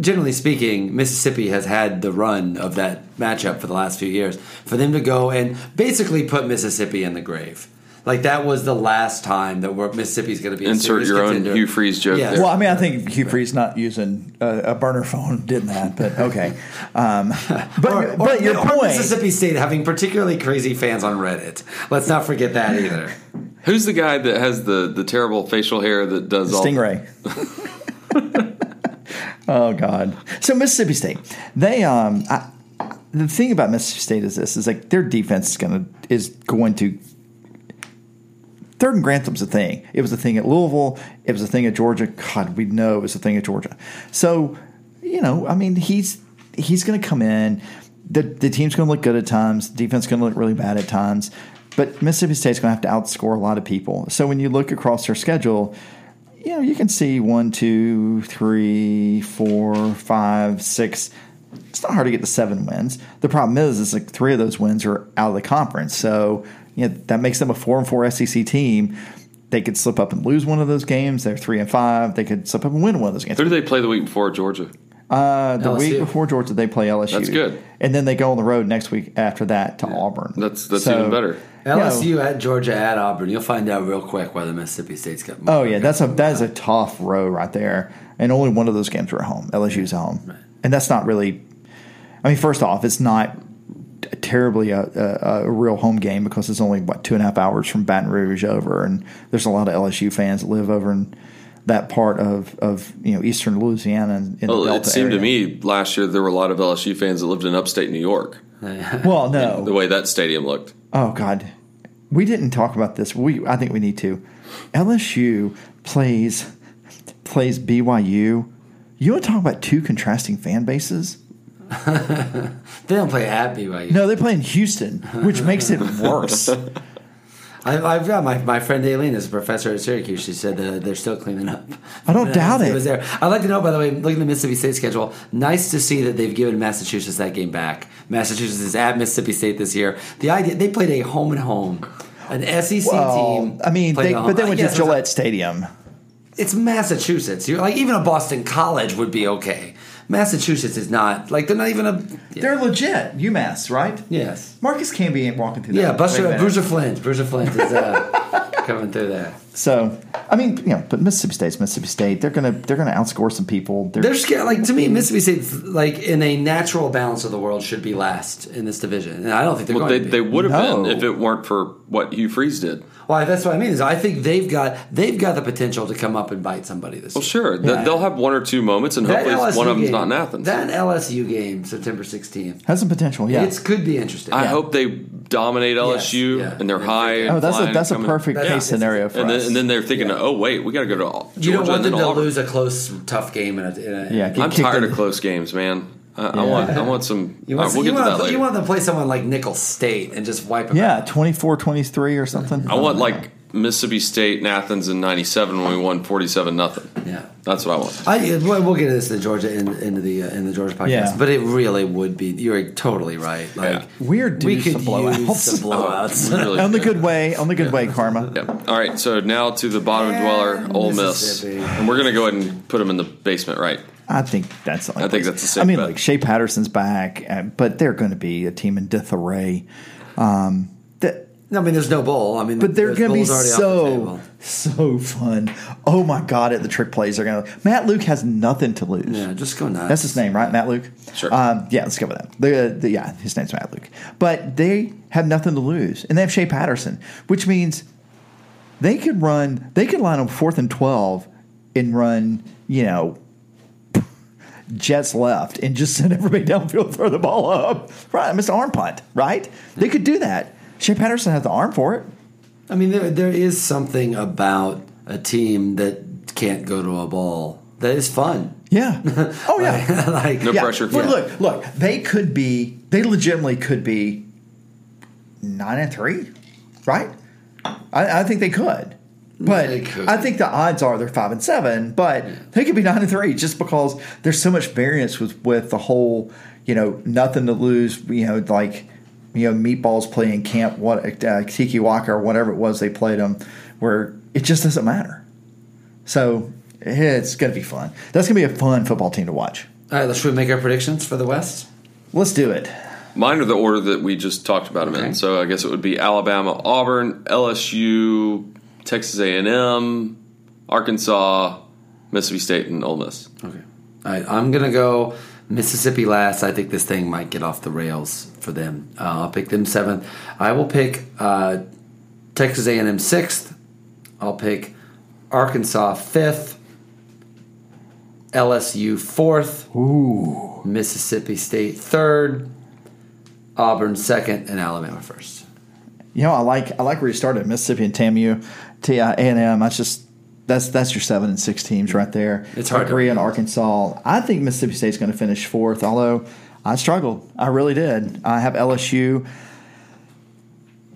generally speaking mississippi has had the run of that matchup for the last few years for them to go and basically put mississippi in the grave like that was the last time that we're, mississippi's going to be a
Insert
serious
your own
contender.
Hugh Freeze joke
Yeah.
there.
Well, I mean, I think Hugh Freeze not using a, a burner phone did that, but okay. Um, (laughs) but
or, or-
but your
or
point,
Mississippi State having particularly crazy fans on Reddit. Let's not forget
(laughs)
that either.
Who's the guy that has the, the terrible facial hair that does all
Stingray. (laughs) oh God! So Mississippi State, they um, I, the thing about Mississippi State is this: is like their defense is gonna is going to third and Grantham's a thing. It was a thing at Louisville. It was a thing at Georgia. God, we know it was a thing at Georgia. So, you know, I mean, he's he's going to come in. The, the team's going to look good at times. The defense going to look really bad at times. But Mississippi State's going to have to outscore a lot of people. So when you look across their schedule, you know, you can see one, two, three, four, five, six. It's not hard to get to seven wins. The problem is, is like three of those wins are out of the conference. So, you know, that makes them a four and four SEC team. They could slip up and lose one of those games. They're three and five. They could slip up and win one of those games.
Who do they play the week before Georgia?
Uh, the week
LSU.
before Georgia, they play LSU.
That's good.
And then they go on the road next week after that to Auburn.
That's that's
So,
even better.
you know,
LSU at Georgia at Auburn. You'll find out real quick whether Mississippi State's got.
oh yeah, that's a that is a tough row right there. And only one of those games were at home. LSU's at home, and that's not really. I mean, first off, it's not terribly a, a, a real home game because it's only what two and a half hours from Baton Rouge over, and there's a lot of LSU fans that live over in that part of, of you know eastern Louisiana. And in the
Well, Oh, it
Delta
seemed to
area.
me last year there were a lot of LSU fans that lived in upstate New York.
Well, no,
The way that stadium looked.
Oh God, we didn't talk about this. We I think we need to. LSU plays plays BYU. You want to talk about two contrasting fan bases?
They don't play at BYU.
No, they play in Houston, which makes it
(laughs)
worse.
I, I've got my, my friend Aileen is a professor at Syracuse. She said that they're still cleaning up.
I don't doubt it.
It was there. I'd like to know, by the way, looking at the Mississippi State schedule, nice to see that they've given Massachusetts that game back. Massachusetts is at Mississippi State this year. The idea they played a home and home, an SEC
Well,
team.
Oh, I mean,
played
they,
a home-
but they
I
went to
guess it's-
Gillette Stadium.
It's Massachusetts. You're like even a Boston College would be okay. Massachusetts is not like they're not even a. Yeah.
They're legit UMass, right?
yes.
Marcus Camby ain't walking through that.
Yeah,
Wait a
Buster,
minute.
Bruiser Flint. Bruiser Flint is uh, (laughs) coming through there.
So, I mean, you know, but Mississippi State's Mississippi State. They're gonna they're gonna outscore some people. They're,
They're scared. Like to me, Mississippi State's like in a natural balance of the world should be last in this division, and I don't think they're
Well, they,
going to
they
be.
would have
No.
been if it weren't for what Hugh Freeze did.
Why? That's what I mean. Is I think they've got they've got the potential to come up and bite somebody this
Well,
year.
sure, th- they'll have one or two moments, and hopefully it's- one of them's
game,
not in Athens.
That LSU game, September sixteenth,
has some potential. Yeah,
it's could be interesting.
I hope they dominate LSU
yeah.
and they're
Yeah.
high. and
oh, that's a
flying
that's a
coming-
perfect
That's-
case scenario for
And
us.
then, and then they're thinking, oh wait, we got to go to Au- Georgia
you don't want
and then
them to
Auburn.
lose a close, tough game in a. In a
yeah, get
I'm
kicked
tired
in-
of close games, man. I, I want I want some.
(laughs) You want,
all right, we'll
you,
get to
want
that later.
you want them to play someone like Nickel State and just wipe them.
Yeah, 24-23 or something.
I want like Mississippi State and Athens in '97 when we won 47 nothing.
out. yeah.
That's what I want.
I, we'll we'll get into this in Georgia in, into the uh, in the Georgia podcast,
Yeah.
but it really would be. You're totally right. Like
Yeah.
Weird
we
dudes
could
to blowouts.
use
(laughs)
some blowouts. (laughs)
We really
on the
do.
good way, on the good way, Karma.
Yeah. All right. So now to the bottom
Yeah,
dweller, Ole Miss,
Mississippi.
and we're gonna go ahead and put them in the basement, right?
I think that's. the only
I think
place.
that's a safe
I mean,
bet.
like Shea Patterson's back, uh, but they're going to be a team in disarray. Um, that,
No, I mean, there's no bowl. I mean,
but they're
there's
going to be
bowls already off the
so so
table.
fun. Oh my god! At the trick plays, they're going to. Matt Luke has nothing to lose.
Yeah, just go nuts.
That's his name, right? Matt Luke.
Sure.
Um, yeah, let's go with that. The, the, yeah, his name's Matt Luke. But they have nothing to lose, and they have Shea Patterson, which means they could run. They could line up fourth and twelve and run. You know, jets left and just (laughs) send everybody downfield, throw the ball up. Right, Mr. Arm punt. Right? They could do that. Shea Patterson has the arm for it.
I mean, there there is something about a team that can't go to a bowl that is fun.
Yeah. Oh yeah.
(laughs) like
No
Yeah.
pressure.
But
Yeah.
look, look, they could be, they legitimately could be nine and three, right? I, I think they could. But
They could.
I think the odds are they're five and seven, but they could be nine and three just because there's so much variance with with the whole, you know, nothing to lose, you know, like you know, meatballs playing camp, what uh, Tiki Waka or whatever it was they played them, where it just doesn't matter. So it's gonna be fun. That's gonna be a fun football team to watch.
All right, let's should we make our predictions for the West?
Let's do it.
Mine are the order that we just talked about them
Okay.
in. So I guess it would be Alabama, Auburn, LSU, Texas A&M, Arkansas, Mississippi State, and Ole Miss.
Okay. All right, I'm gonna go Mississippi last. I think this thing might get off the rails for them. Uh, I'll pick them seventh. I will pick uh, Texas A&M sixth. I'll pick Arkansas fifth. LSU fourth. Ooh. Mississippi State third. Auburn second, and Alabama first.
You know, I like I like where you started, Mississippi and TAMU, T A and M. That's just that's that's your seven and six teams right there.
It's hard to-
Korea and Arkansas. I think Mississippi State's going to finish fourth. Although I struggled, I really did. I have LSU,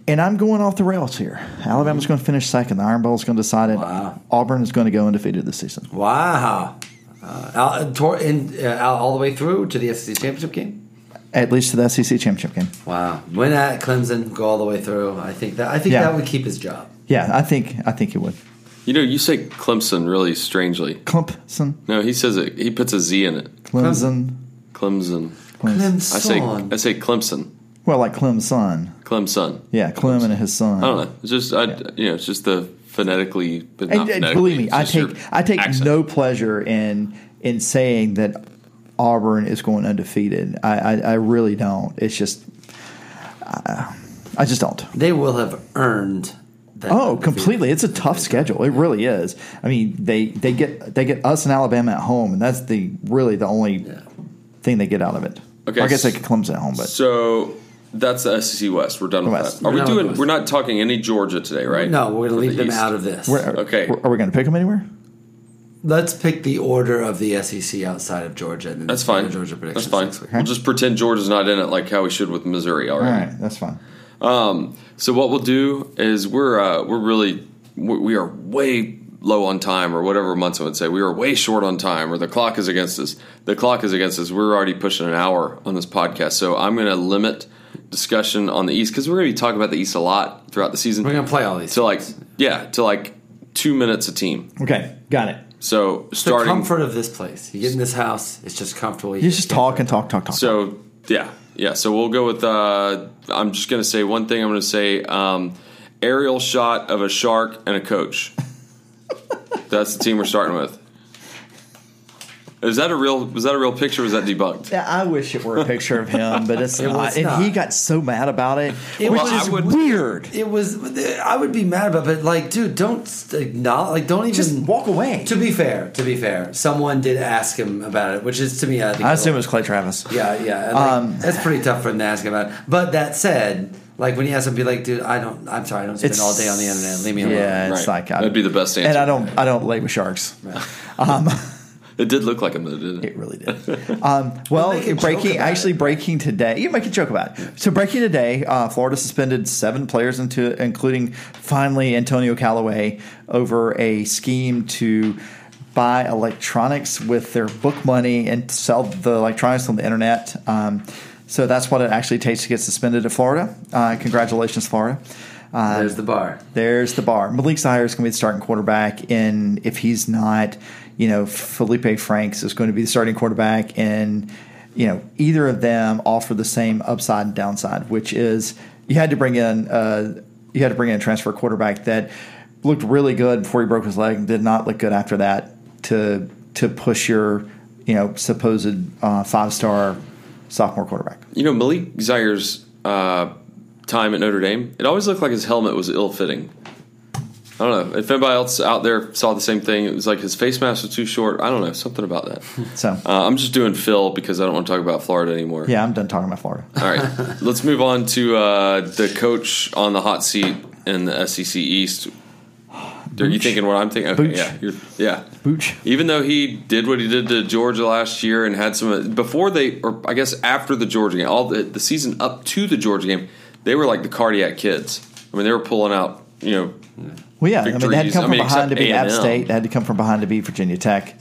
and I'm going off the rails here. Alabama's going to finish second. The Iron Bowl is going to decide it.
Wow.
Auburn is going to go undefeated this season.
Wow. Uh, Al- tor- in, uh, Al- all the way through to the SEC championship game.
At least to the SEC championship game.
Wow. Win at Clemson, go all the way through. I think that I think
Yeah.
that would keep his job.
Yeah, I think I think it would.
You know, you say Clemson really strangely.
Clemson,
No, he says it. He puts a Z in it.
Clemson,
Clemson.
Clemson.
I say I say Clemson.
Well, like Clemson.
Clemson.
Yeah, Clem and his son.
I don't know. It's just I, you know, it's just the phonetically, but
And,
not
and
phonetically,
believe me,
it's
I
just your
take I take
accent.
no pleasure in in saying that Auburn is going undefeated. I I, I really don't. It's just I, I just don't.
They will have earned that.
Oh,
undefeated.
completely. It's a tough schedule. It really is. I mean, they they get they get us in Alabama at home, and that's the really the only thing they get out of it.
Okay,
I guess they
s-
could Clemson at home, but
So that's the SEC West. We're done with
West.
that. Are
We're
we
done with
doing?
West.
We're not talking any Georgia today, right?
No, we're going to
For
leave
the
them
East.
out of this.
we're,
Okay.
are we going to pick them anywhere?
Let's pick the order of the SEC outside of Georgia. And then
That's fine.
the Georgia
That's
predictions
fine.
next week.
We'll just pretend Georgia's not in it like how we should with Missouri. All
All
right.
right, that's fine.
Um, so what we'll do is we're uh, we're really we we are way low on time or whatever Munson would say. We are way short on time or the clock is against us. The clock is against us. We're already pushing an hour on this podcast. So I'm going to limit discussion on the East because we're going to be talking about the East a lot throughout the season.
We're going to play all these.
to like yeah to like two minutes a team.
Okay, got it.
So
the
starting
comfort of this place. You get in this house, it's just comfortable.
You just talk and talk, talk, talk.
So yeah, yeah. So we'll go with. Uh, I'm just gonna say one thing. I'm gonna say um, aerial shot of a shark and a coach. That's the team we're starting with. Is that a real? Was that a real picture? or Was that debunked?
Yeah, I wish it were a picture of him, but it's
It
not.
was
and he
not.
got so mad about it, which
was-
is
I would-
weird.
It was. I would be mad about, it, but like, dude, don't acknowledge. Like, don't even
Just walk away.
To be fair, to be fair, someone did ask him about it, which is to me, I, think
I assume it was Clay Travis.
Yeah, yeah. and, like,
Um,
that's pretty tough for him to ask about. But that said, like when you ask him, be like, dude, I don't. I'm sorry, I don't spend
It's-
all day on the internet. Leave me alone.
Yeah, it's
Right.
like I-
That'd be the best answer.
And I don't, I don't lay with sharks. Um,
It did look like him, though, didn't it?
it really
(laughs)
did. Um, well,
make a joke
breaking
about
actually breaking today. You make a joke about it. So breaking today, uh, Florida suspended seven players, into, including finally Antonio Callaway, over a scheme to buy electronics with their book money and sell the electronics on the internet. Um, so that's what it actually takes to get suspended at Florida. Uh, congratulations, Florida. Uh,
There's the bar.
there's the bar. Malik Zaire is going to be the starting quarterback, and if he's not, you know, Felipe Franks is going to be the starting quarterback, and you know, either of them offer the same upside and downside, which is you had to bring in, uh, you had to bring in a transfer quarterback that looked really good before he broke his leg, and did not look good after that to to push your, you know, supposed uh, five star sophomore quarterback.
You know, Malik Zaire's uh, time at Notre Dame. It always looked like his helmet was ill-fitting. I don't know if anybody else out there saw the same thing. It was like his face mask was too short. I don't know something about that.
So
Uh, I'm just doing Phil because I don't want to talk about Florida anymore.
yeah, I'm done talking about Florida.
All
(laughs)
right. Let's move on to uh, the coach on the hot seat in the SEC East. Are you
Booch.
thinking what I'm thinking? Okay,
Booch.
yeah, you're, yeah.
Booch.
Even though he did what he did to Georgia last year and had some before they, or I guess after the Georgia game, all the, the season up to the Georgia game, they were like the cardiac kids. I mean, they were pulling out, you know,
Well, yeah, I mean, they had to
victories.
come
I
from
mean,
behind to
except
beat App
A&M.
State. They had to come from behind to beat Virginia Tech.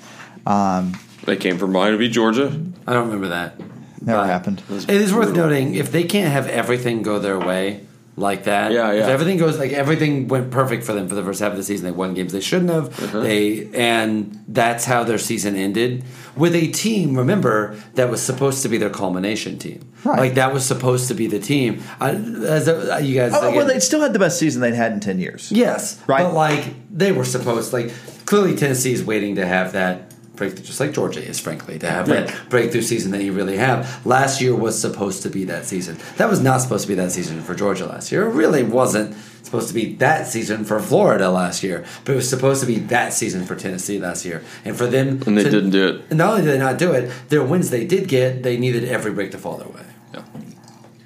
Um,
they came from behind to beat Georgia.
I don't remember that.
never
But
happened.
It is worth noting if they can't have everything go their way like that.
Yeah, yeah.
If everything goes like everything went perfect for them for the first half of the season, they won games they shouldn't have.
Uh-huh.
They and that's how their season ended with a team. Remember that was supposed to be their culmination team.
Right.
Like that was supposed to be the team. I, as uh, you guys,
Oh, well,
again-
they still had the best season they'd had in 10 years.
Yes,
Right.
But like they were supposed, like clearly Tennessee is waiting to have that breakthrough, just like Georgia is, frankly, to have
Yeah.
that breakthrough season that you really have. Last year was supposed to be that season. That was not supposed to be that season for Georgia last year. It really wasn't supposed to be that season for Florida last year, but it was supposed to be that season for Tennessee last year, and for them,
And they
to-
didn't do it.
And not only did they not do it, their wins they did get, they needed every break to fall their way.
Yeah.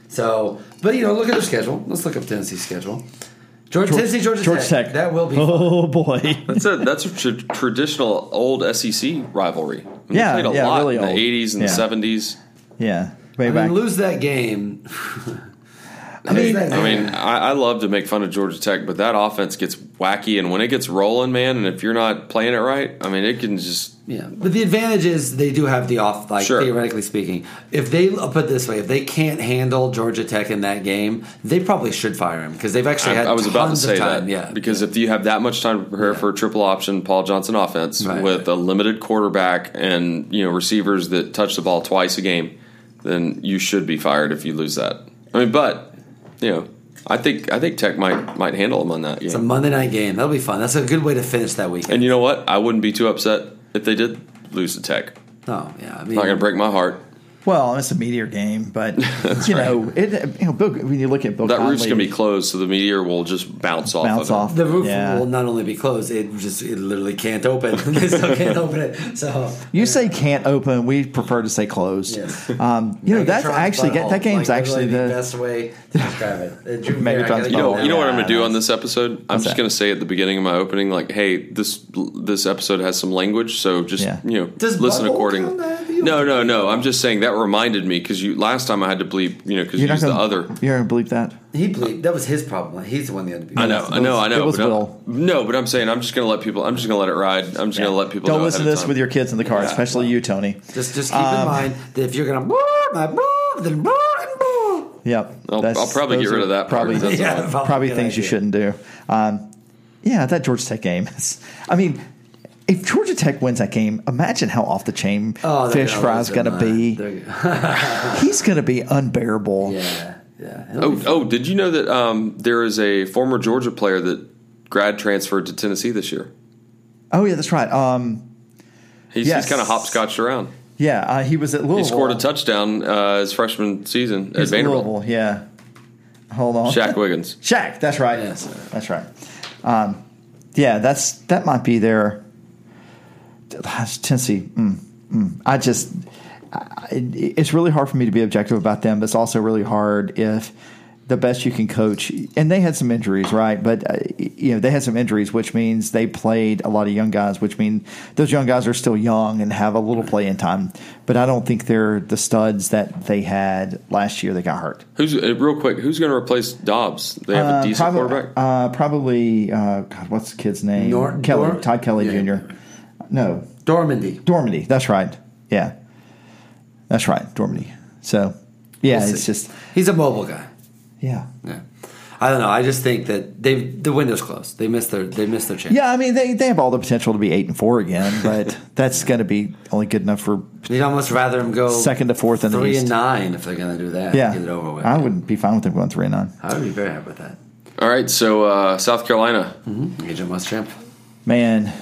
So, but you know, look at their schedule. Let's look up Tennessee's schedule. Georgia, Tennessee, Georgia,
Georgia
Tech.
Tech. (laughs)
That will be.
Oh, boy.
That's a that's a tr- traditional old SEC rivalry. I mean, they
Yeah,
played a
yeah,
lot
really
in the
old.
eighties and the
Yeah.
seventies.
yeah, way
I
back.
mean, lose that game. I
mean-
I mean, I, I love to make fun of Georgia Tech, but that offense gets wacky, and when it gets rolling, man, and if you're not playing it right, I mean, it can just
yeah. But the advantage is they do have the off. Like
Sure.
theoretically speaking, if they I'll put it this way, if they can't handle Georgia Tech in that game, they probably should fire him because they've actually
I,
had.
I was about to
tons of
say
time.
that,
Yeah.
Because if you have that much time to prepare for a triple option Paul Johnson offense
Right.
with a limited quarterback and you know receivers that touch the ball twice a game, then you should be fired if you lose that. I mean, but you know, I think I think Tech might might handle them on that. Game.
it's a Monday night game. That'll be fun. That's a good way to finish that weekend.
and you know what? I wouldn't be too upset if they did lose to Tech.
oh yeah. I mean,
Not going to break my heart.
Well, it's a meteor game,
(laughs)
but you know, it, you know, Bill, when you look at Bill,
That
Conley,
roof's gonna be closed, so the meteor will just bounce off.
bounce
of it.
off
The roof
Yeah.
will not only be closed, it just it literally can't open. (laughs) they still can't open it. So
You say can't open. We prefer to say closed.
Yes.
Um, you know that's
Megatron's
actually that,
butthole.
that game's
Like,
actually
literally the,
the
best way to describe it. Uh,
(laughs)
Drew,
Megatron's
I gotta-
You know,
Oh,
you know what
yeah,
I'm going to do on
that's-
this episode? I'm
What's
just
that?
going to say at the beginning of my opening, like, "Hey, this this episode has some language, so just
Yeah.
you know,
Does
listen
butthole
accordingly."
count? Uh, you
No,
don't-
no, no. I'm just saying that reminded me because you last time I had to bleep, you know, because you used
gonna,
the other.
You're gonna believe that.
He bleeped. That was his problem. He's the one that had to be.
I know, I know, I know.
it was
but I'm-
Will.
no, but I'm saying I'm just going to let people. I'm just going to let it ride. I'm just going to let people.
Don't
know
listen
ahead
to
of
this
time.
with your kids in the car,
Yeah.
especially you, Tony.
Just, just keep in
Um,
mind that if you're gonna boop, my boop, then boop and boop.
Yep.
I'll-
That's-
I'll probably
those
get rid
are
of that part.
Probably,
That's
Yeah,
all.
probably
probably
a good
things you
idea.
shouldn't do. Um, yeah, that Georgia Tech game. Is, I mean, if Georgia Tech wins that game, imagine how off the chain
Oh, they're
Fish
gonna
Fry's
lose
going
their
to be.
mind.
He's going to be unbearable.
They're- yeah, yeah.
Oh, oh, did you know that um, there is a former Georgia player that grad transferred to Tennessee this year?
Oh yeah, that's right. Um,
He's,
Yes.
he's kind of hopscotched around.
yeah, uh, he was at Louisville.
He scored a touchdown uh, his freshman season
He
at
was at
Vanderbilt.
Louisville. Yeah. Hold on.
Shaq Wiggins.
Shaq, that's right.
Yes, sir.
That's right. Um, yeah, that's that might be their Tennessee. Mm, mm. I just I, it's really hard for me to be objective about them, but it's also really hard if the best you can coach and they had some injuries, right? But uh, you know, they had some injuries, which means they played a lot of young guys, which means those young guys are still young and have a little play in time. But I don't think they're the studs that they had last year that got hurt.
Who's uh, real quick? Who's going to replace Dobbs? They have a
Uh,
decent
probably,
quarterback.
Uh, probably, uh, God, what's the kid's name?
Nor-
Kelly,
Nor-
Todd Kelly
Yeah.
Jr. No,
Dormandy.
Dormady. That's right. Yeah, that's right, Dormady. So, yeah,
We'll
it's
see.
just
he's a mobile guy.
yeah,
Yeah. I don't know. I just think that they the window's closed. They missed their they missed their chance.
yeah. I mean, they they have all the potential to be eight and four again,
(laughs)
but that's going to be only good enough for
You'd almost rather them go
second to fourth in the
three
East.
and nine if they're going to do that.
yeah,
get it over with.
I would be fine with them going three and nine.
I would be very happy with that. Hmm?
All right, so uh, South Carolina
Agent Muschamp.
Man,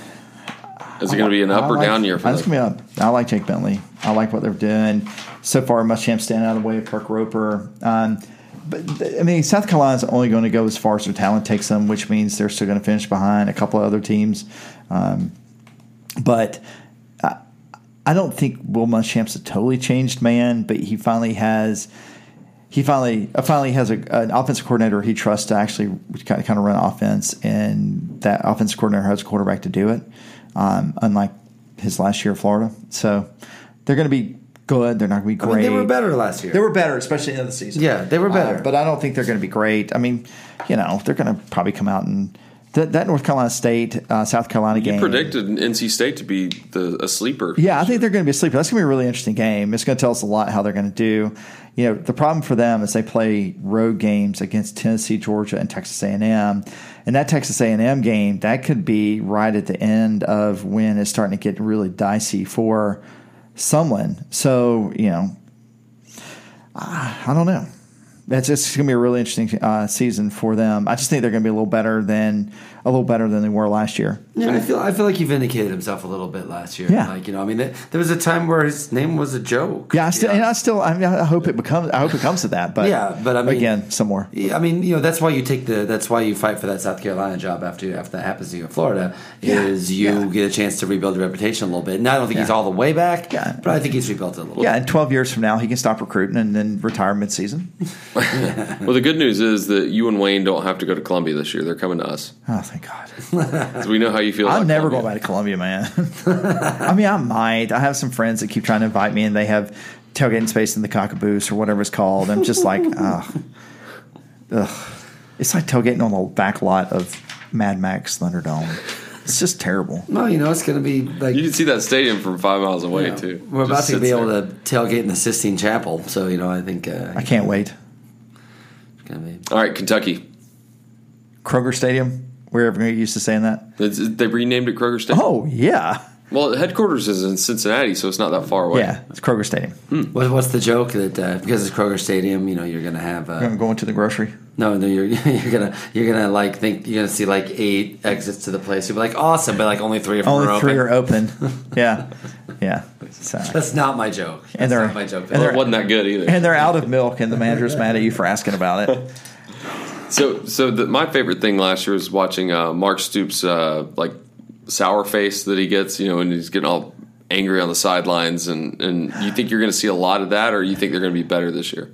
is it going to be an up
I
or
like-
down year for
It's
them?
gonna be up. I like Jake Bentley. I like what they're doing so far. Muschamp standing out of the way of Kirk Roper. Um, but th- I mean, South Carolina's only going to go as far as their talent takes them, which means they're still going to finish behind a couple of other teams. Um, but I, I don't think Will Muschamp's a totally changed man, but he finally has. He finally uh, finally has a, an offensive coordinator he trusts to actually kind of, kind of run offense, and that offensive coordinator has a quarterback to do it, um, unlike his last year at Florida. So they're going to be good. They're not going to be
I mean,
great.
they were better last year.
They were better, especially in the season.
Yeah, they were better.
Uh, but I don't think they're going to be great. I mean, you know, they're going to probably come out and that, that North Carolina State, uh, South Carolina game.
You predicted NC State to be the, a sleeper.
Yeah, I think they're going to be asleep. That's going to be a really interesting game. It's going to tell us a lot how they're going to do. You know, the problem for them is they play road games against Tennessee, Georgia, and Texas A&M. And that Texas A&M game, that could be right at the end of when it's starting to get really dicey for someone. So, you know, I don't know. That's it's going to be a really interesting uh, season for them. I just think they're going to be a little better than a little better than they were last year.
Yeah, I feel I feel like he vindicated himself a little bit last year.
Yeah.
like you know, I mean, there, there was a time where his name was a joke.
Yeah, I still,
You
and
know?
I still, I, mean, I hope it becomes, I hope it comes to that. But
Yeah, but I mean-
again, some more.
Yeah, I mean, you know, that's why you take the that's why you fight for that South Carolina job after you, after that happens to you in Florida is you
yeah.
get a chance to rebuild your reputation a little bit. And I don't think he's
Yeah.
all the way back,
Yeah.
but I think he's rebuilt it a little.
Yeah, and twelve years from now, he can stop recruiting and then retire midseason.
Well, the good news is that you and Wayne don't have to go to Columbia this year. They're coming to us.
Oh, thank God!
'Cause we know how you feel.
I'm
about
Uh, never going
Columbia.
back to Columbia, man.
(laughs)
I mean, I might. I have some friends that keep trying to invite me, and they have tailgating space in the Cockaboose or whatever it's called. I'm just
(laughs)
like, ugh, ugh. It's like tailgating on the back lot of Mad Max Thunderdome. It's just terrible.
Well, you know, it's going to be like
You can see that stadium from five miles away
you know,
too.
we're about
Just
to
sits
be able
there.
to tailgate in the Sistine Chapel, so you know, I think uh,
I can't wait.
it's going to be.
All right, Kentucky.
Kroger Stadium. We're ever used to saying that.
It's- they renamed it Kroger Stadium.
Oh yeah.
Well, headquarters is in Cincinnati, so it's not that far away.
Yeah, it's Kroger Stadium.
What, what's the joke that uh, because it's Kroger Stadium, you know, you're going to have uh,
I'm going to the grocery.
No, no, you're (laughs) you're gonna you're gonna like think you're gonna see like eight exits to the place. You'll be like awesome, but like only three of them
Only
are
three
(laughs)
open.
are open. yeah, Yeah. Sorry.
That's not my joke. That's
And they're-
not my joke.
and they're-
It wasn't that good either.
And they're out of milk, and the manager's mad at you for asking about
(laughs)
it.
So, so the, my favorite thing last year was watching uh, Mark Stoops' uh, like sour face that he gets, you know, and he's getting all angry on the sidelines. And, and you think you're going to see a lot of that, or you think they're going to be better this year?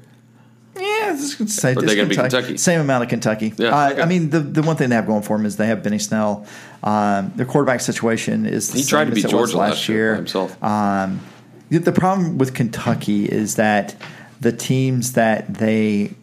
Yeah, it's just gonna say
But
just
they're gonna be Kentucky.
Same amount of Kentucky.
Yeah,
uh,
okay.
I mean, the the one thing they have going for them is they have Benny Snell. Um, their quarterback situation is the
He tried
same
to beat
as it was
Georgia last year by himself.
Um, the- the problem with Kentucky is that the teams that they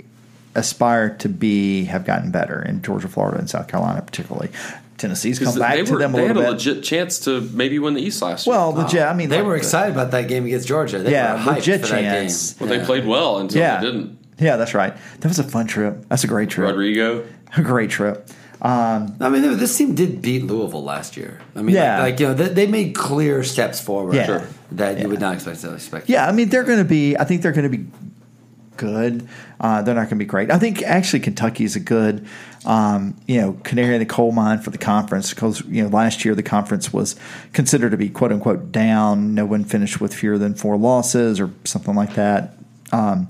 aspire to be have gotten better in Georgia, Florida, and South Carolina, particularly. Tennessee's come
Because
back
they,
to
were,
them a
they had
little
a
bit.
legit chance to maybe win the East last year.
well, legit. I mean,
they
like uh,
were
the-
excited about that game against Georgia. They
Yeah,
were hyped
legit
for
chance.
that game.
Well, they played well until
Yeah,
they didn't.
yeah, that's right. That was a fun trip. That's a great trip.
Rodrigo,
A great trip.
I mean, this team did beat Louisville last year. I mean,
Yeah.
like, like, you know, they, they made clear steps forward
Yeah. Sure.
that you would not expect to expect.
Yeah, I mean they're going to be. I think they're going to be good. Uh, they're not going to be great. I think actually Kentucky is a good, um, you know, canary in the coal mine for the conference because you know last year the conference was considered to be quote unquote down. No one finished with fewer than four losses or something like that. Um,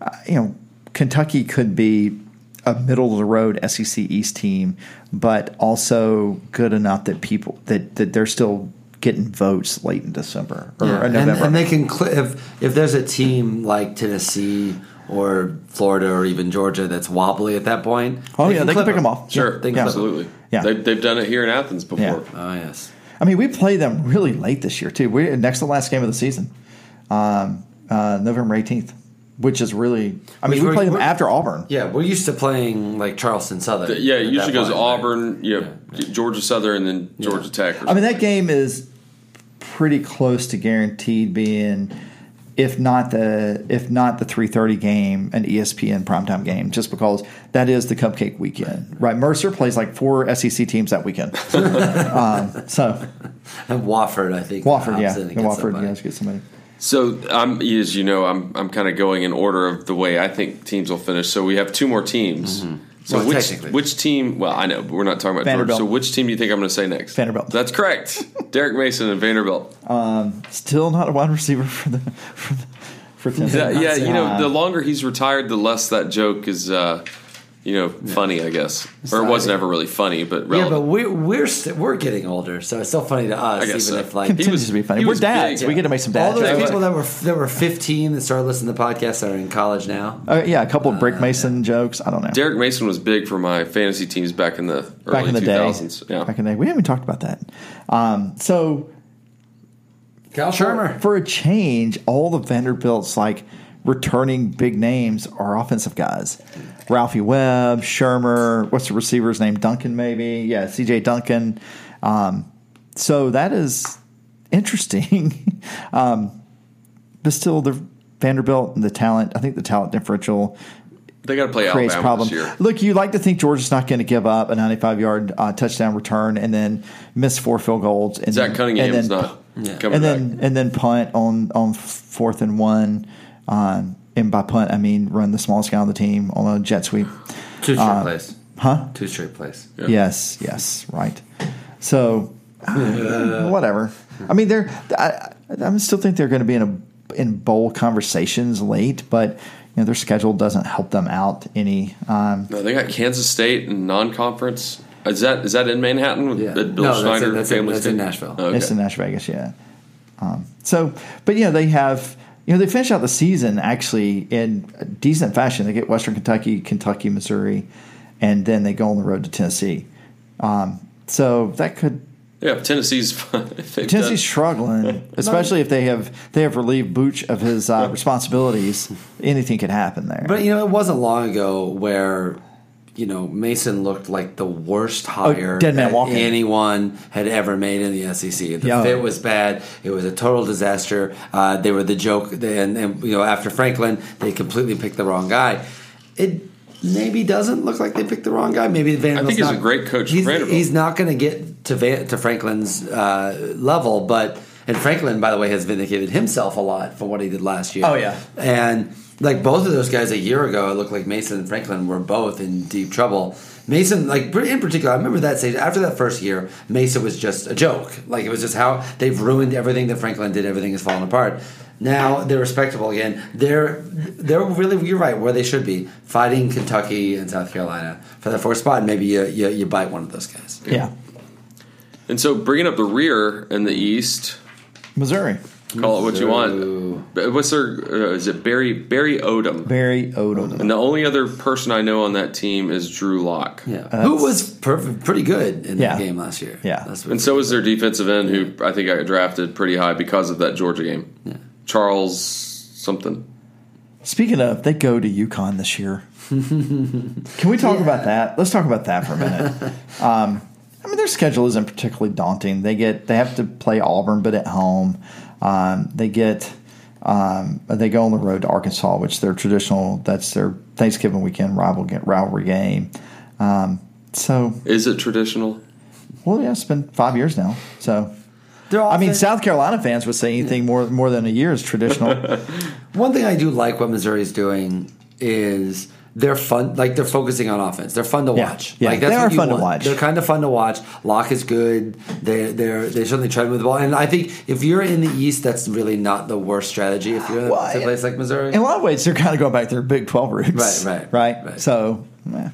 uh, you know, Kentucky could be a middle of the road SEC East team, but also good enough that people that that they're still getting votes late in December or
Yeah, and,
November.
and they can cl- if if there's a team like Tennessee or Florida or even Georgia that's wobbly at that point.
Oh yeah, they can
clip
pick them off.
sure,
they can
yeah.
clip 'em.
absolutely.
Yeah.
They, they've done it here in Athens before.
Yeah.
Oh yes,
I mean, we play them really late this year too. We next to the last game of the season, um, uh, November eighteenth, which is really. I mean, we
Which we're-
play them
we're-
after Auburn.
yeah. We're used to playing like Charleston Southern.
Yeah,
at
it usually
that
goes
point, right?
Auburn, you know, Georgia Southern, and then Georgia Tech. Or
I mean, that game is pretty close to guaranteed being, if not the if not the three thirty game, an E ESPN primetime game, just because that is the Cupcake weekend, right? Mercer plays like four SEC teams that
(laughs)
weekend, um, so
And Wofford, I think.
Wofford,
hops
yeah,
in
and
against
Wofford,
somebody.
yeah, let's get somebody.
So I'm, as you know, I'm I'm kind of going in order of the way I think teams will finish. So we have two more teams.
Mm-hmm.
So
Well,
which
technically.
which team? Well, I know, but we're not talking about
Vanderbilt.
Georgia. So which team do you think I'm going to say next?
Vanderbilt. (laughs)
That's correct. Derek Mason and Vanderbilt.
Still not a wide receiver for the for, the, for Tennessee.
Yeah, yeah, you know,
Uh,
the longer he's retired, the less that joke is, uh, you know, funny. I guess, or it wasn't ever really funfunny, but
Yeah, but
relevant.
we're we're st- we're getting older, so it's still funny to us,
I guess
even
so.
if like
He
continues
was-
to be funny.
he
We're
was
dads.
big.
We get to make some
all
dad
those
jokes.
people that were that were 15 that started listening to the podcast that are in college now.
Uh, yeah, a couple of Brick Mason jokes. I don't know.
Derek Mason was big for my fantasy teams back in the early
back in the day.
2000s. Yeah.
Back in the day. We haven't even talked about that. Um, so
Cal Shermer.
for a change, all the Vanderbilt's like returning big names are offensive guys. Ralphie Webb, Shermer, what's the receiver's name? Duncan, maybe. Yeah, CJ Duncan. Um, so that is interesting. (laughs) um, but still, the Vanderbilt and the talent, I think the talent differential
they got to play
creates
Alabama
problems.
this year.
Look, you like to think Georgia's not going to give up a 95 yard uh, touchdown return and then miss four field goals. And
Zach
then,
Cunningham's
and then,
not
And
coming back.
then and then punt on on fourth and one. Um, and by punt, I mean run the smallest guy on the team on a jet sweep.
Two straight
Uh,
plays. Huh? Two straight plays.
Yes, yes, right. So (sighs) uh, whatever. I mean, they're. I, I still think they're going to be in a in bowl conversations late, but you know their schedule doesn't help them out any. Um,
No, they got Kansas State and non-conference. Is that is that in Manhattan with
Yeah.
the Bill
No, that's
Schneider
in- that's in-
family?
that's
state?
in Nashville.
Oh, okay.
It's in Las Vegas, yeah. Um, so, but yeah, they have you know they finish out the season actually in a decent fashion. They get Western Kentucky, Kentucky, Missouri, and then they go on the road to Tennessee. Um, so that could
yeah, if Tennessee's (laughs) fun. if they've
Tennessee's
done-
struggling, especially if they have they have relieved Booch of his uh, responsibilities. Anything could happen there.
But you know, it wasn't long ago where you know Mason looked like the worst hire
Oh, dead man
that
walking.
anyone had ever made in the SEC. The
Yeah.
fit was bad. It was a total disaster. Uh, they were the joke, they- and, and you know, after Franklin, they completely picked the wrong guy. It maybe doesn't look like they picked the wrong guy. Maybe Vanderbilt's
he's a
not-
great coach for
He's,
Vanderbilt.
he's not going to get to Van, to Franklin's uh, level, but And Franklin, by the way, has vindicated himself a lot for what he did last year.
Oh, yeah.
And like both of those guys a year ago, it looked like Mason and Franklin were both in deep trouble. Mason, like in particular, I remember that stage after that first year, Mason was just a joke. Like it was just how they've ruined everything that Franklin did. Everything has fallen apart. Now they're respectable again. They're they're really you're right where they should be fighting Kentucky and South Carolina for the fourth spot. Maybe you you, you bite one of those guys.
Yeah.
And so bringing up the rear in the East,
Missouri.
call it what you
Missouri.
want. B- What's their? Uh, is it Barry Barry Odom?
Barry Odom.
And the only other person I know on that team is Drew Locke.
Yeah, who was perfect, pretty good in
Yeah.
that game last year.
Yeah.
That's what-
And so is their defensive end, who I think I drafted pretty high because of that Georgia game. Charles something.
Speaking of, they go to Yukon this year. Can we talk about that? Let's talk about that for a minute. um, I mean, their schedule isn't particularly daunting. They get they have to play Auburn, but at home. Um, they get um, they go on the road to Arkansas, which their traditional that's their Thanksgiving weekend rival rivalry game. Um, so,
Is it traditional?
well, yeah, it's been five years now. So,
They're all
I mean,
things-
South Carolina fans would say anything more more than a year is traditional.
One thing I do like what Missouri's doing is they're fun. Like they're focusing on offense. They're fun to
Yeah.
watch.
Yeah.
Like
They
what
are
you
fun to
want.
watch.
They're kind of fun to watch. Locke is good. They they're they certainly try to move the ball. And I think if you're in the East, that's really not the worst strategy. If you're
Well,
in a place like Missouri,
in a lot of ways, they're kind of going back to their Big Twelve roots,
Right, right,
right.
right.
So, eh.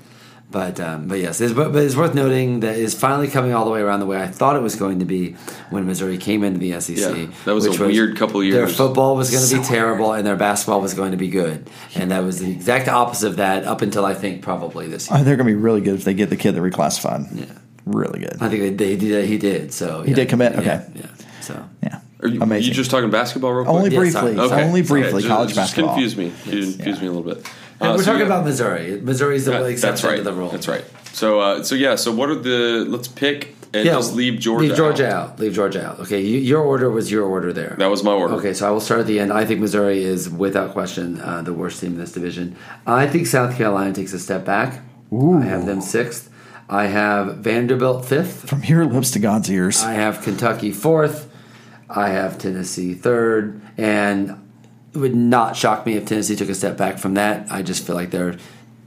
But um, but yes, it's, but, but it's worth noting that it's finally coming all the way around the way I thought it was going to be when Missouri came into the SEC.
Yeah, that was
which
a weird couple of
Their
years.
football was going to be terrible, and their basketball was going to be good, and that was the exact opposite of that up until I think probably this year.
Oh, they're going to be really good if they get the kid that reclassified. Yeah, really good.
I think they, they did. He did. So he
Uh, did commit?
Yeah,
Okay. Uh,
yeah. So
Yeah,
Are you,
amazing.
you just talking basketball real quick?
only
Yeah,
briefly,
sorry.
only
Okay,
briefly,
just-
college
just
basketball.
Confuse me. You confuse me a little bit.
and
Uh,
we're
so
talking
yeah.
about Missouri. Missouri's the
That-
exception
that's right.
to the rule.
That's right. So uh, so yeah. So what are the? Let's pick and just leave Georgia.
Leave Georgia out. Leave Georgia out. Okay, you, your order was your order there.
That was my order.
Okay, so I will start at the end. I think Missouri is without question uh, the worst team in this division. I think South Carolina takes a step back. I have them sixth. I have Vanderbilt fifth.
From your lips to God's ears.
I have Kentucky fourth. I have Tennessee third, and it would not shock me if Tennessee took a step back from that. I just feel like they're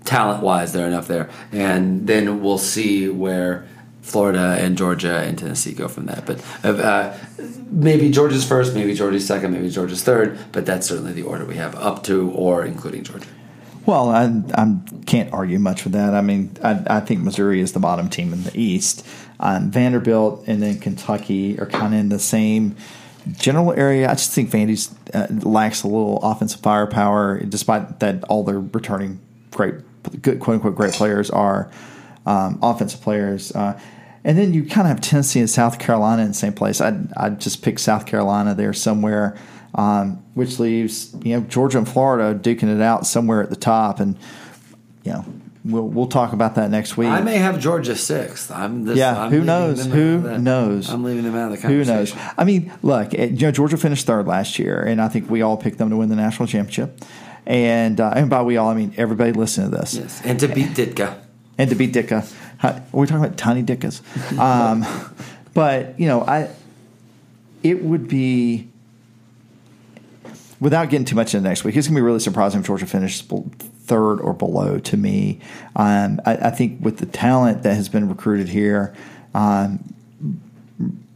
talent wise, they're enough there, and then we'll see where Florida and Georgia and Tennessee go from that. But uh, uh, maybe Georgia's first, maybe Georgia's second, maybe Georgia's third. But that's certainly the order we have up to or including Georgia.
well, I, I can't argue much with that. I mean, I, I think Missouri is the bottom team in the East. Um, Vanderbilt and then Kentucky are kind of in the same general area. I just think Vandy's uh, lacks a little offensive firepower, despite that all their returning great, good quote unquote great players are um, offensive players. Uh, and then you kind of have Tennessee and South Carolina in the same place. I I just pick South Carolina there somewhere, um, which leaves you know Georgia and Florida duking it out somewhere at the top, and you know we'll we'll talk about that next week.
I may have Georgia sixth. I'm this,
Yeah,
I'm
who
leaving
knows?
them out of
Who
that.
knows?
I'm leaving them out of the
Who
conversation.
knows? I mean, look, eh, you know, Georgia finished third last year, and I think we all picked them to win the national championship. And uh, and by we all, I mean everybody listening to this.
Yes, and to beat Ditka.
and to beat Dicka. Hi- We're talking about tiny Dickas. Um, but you know, I it would be without getting too much into next week. It's going to be really surprising if Georgia finishes bel- third or below. To me, um, I, I think with the talent that has been recruited here, um,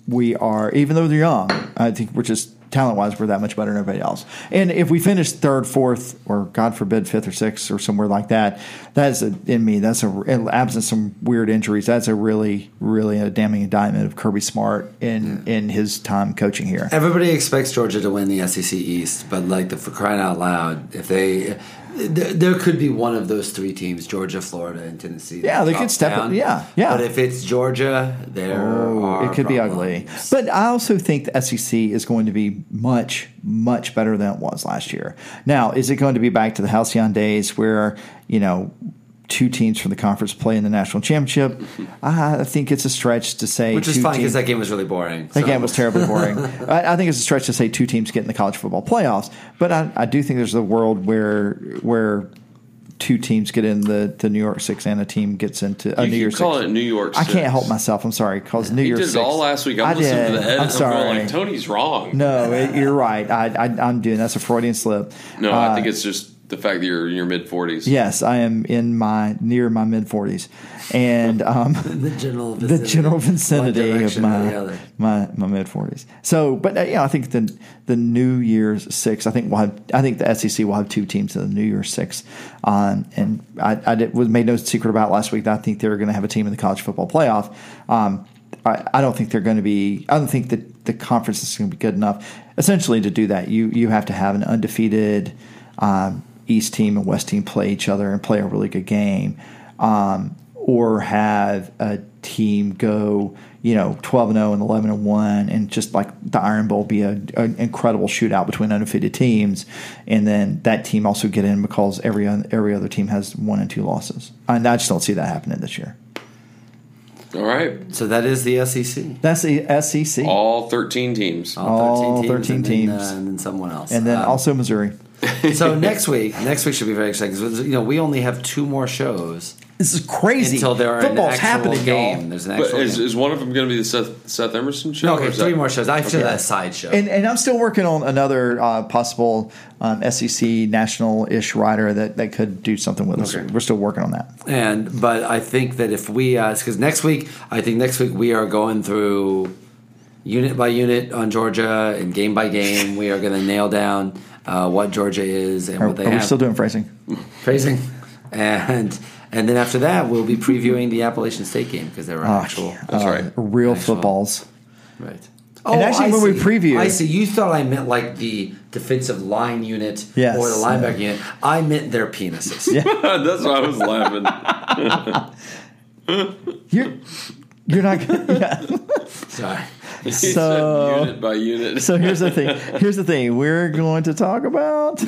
we are even though they're young. I think we're just. Talent wise, we're that much better than everybody else. And if we finish third, fourth, or God forbid, fifth or sixth, or somewhere like that, that's a, in me. That's a in absence of some weird injuries. That's a really, really a damning indictment of Kirby Smart in in his time coaching here.
Everybody expects Georgia to win the SEC East, but like the, for crying out loud, if they, there, there could be one of those three teams: Georgia, Florida, and Tennessee. that
Yeah, they
drop
could step it- yeah, yeah.
But if it's Georgia, there
Oh,
are
it could be ugly.
problems.
But I also think the SEC is going to be much, much better than it was last year. Now, is it going to be back to the halcyon days where you know two teams from the conference play in the national
(laughs)
championship? I think it's a stretch to say
Which is
two
fine
teams-
because that game was really boring.
That
so-
game was terribly boring.
(laughs)
I, I think it's a stretch to say two teams get in the college football playoffs, but I, I do think there's a world where where two teams get in the, the New York Six and a team gets into uh,
You
New
keep
Year's
calling
Six.
it New York
I can't
Six.
help myself. I'm sorry because New
He
Year's
did it
Six-
all last week. I'm
I
listening
did.
to the head.
I'm
and going
sorry.
like, Tony's wrong. No,
no, it, you're right. I, I I'm doing that's a Freudian slip. Uh,
I think it's just the fact that you're in your mid 40s.
Yes, I am in my near my mid 40s, and
(laughs)
um,
The general
the
vicinity.
general
One
vicinity of
direction or the
my
other.
my, my mid forties. So, but uh, yeah, I think the the New Year's six. I think we'll have, I think the SEC will have two teams in the New Year's six. Um, and I, I did, was made no secret about last week that I think they're going to have a team in the college football playoff. Um, I, I don't think they're going to be. I don't think that the conference is going to be good enough. Essentially, to do that, you you have to have an undefeated um, East team and West team play each other and play a really good game. Um, or have a team go, you know, 12 and 0 and 11 and 1 and just like the Iron Bowl be a, an incredible shootout between undefeated teams and then that team also get in because every oth- every other team has one and two losses. And I just don't see that happening this year.
All right.
So that is the E SEC.
That's the E SEC
All 13 teams.
Oh,
All 13
and then,
teams.
uh, and then someone else.
and then
Um,
also Missouri.
so next week, next week should be very exciting because you know we only have two more shows
This is crazy.
until there are
Football's
an actual
happening,
game.
y'all.
There's an
But
actual
is,
game.
is one of them going to be the Seth, Seth Emerson show?
No,
or
okay,
is that-
three more shows. I feel that side show.
And, and I'm still working on another uh, possible um, SEC national ish writer that, that could do something with us.
Okay.
We're still working on that.
And but I think that if we because next week I think next week we are going through unit by unit on Georgia and game by game we are going to nail down uh, what Georgia is and
Are,
what they
are we
have
still doing phrasing?
praising and and then after that we'll be previewing the Appalachian State game because they're
Oh,
actual
That's right.
Real
Actual.
footballs.
right. Oh,
And actually, when we preview-
I see. You thought I meant like the defensive line unit
Yes.
or the linebacker unit. I meant their penises.
(laughs) That's why I was laughing. (laughs)
You're you're not. (laughs) yeah.
Sorry.
He said
So-
unit by unit.
So here's the thing. Here's the thing. We're going to talk about.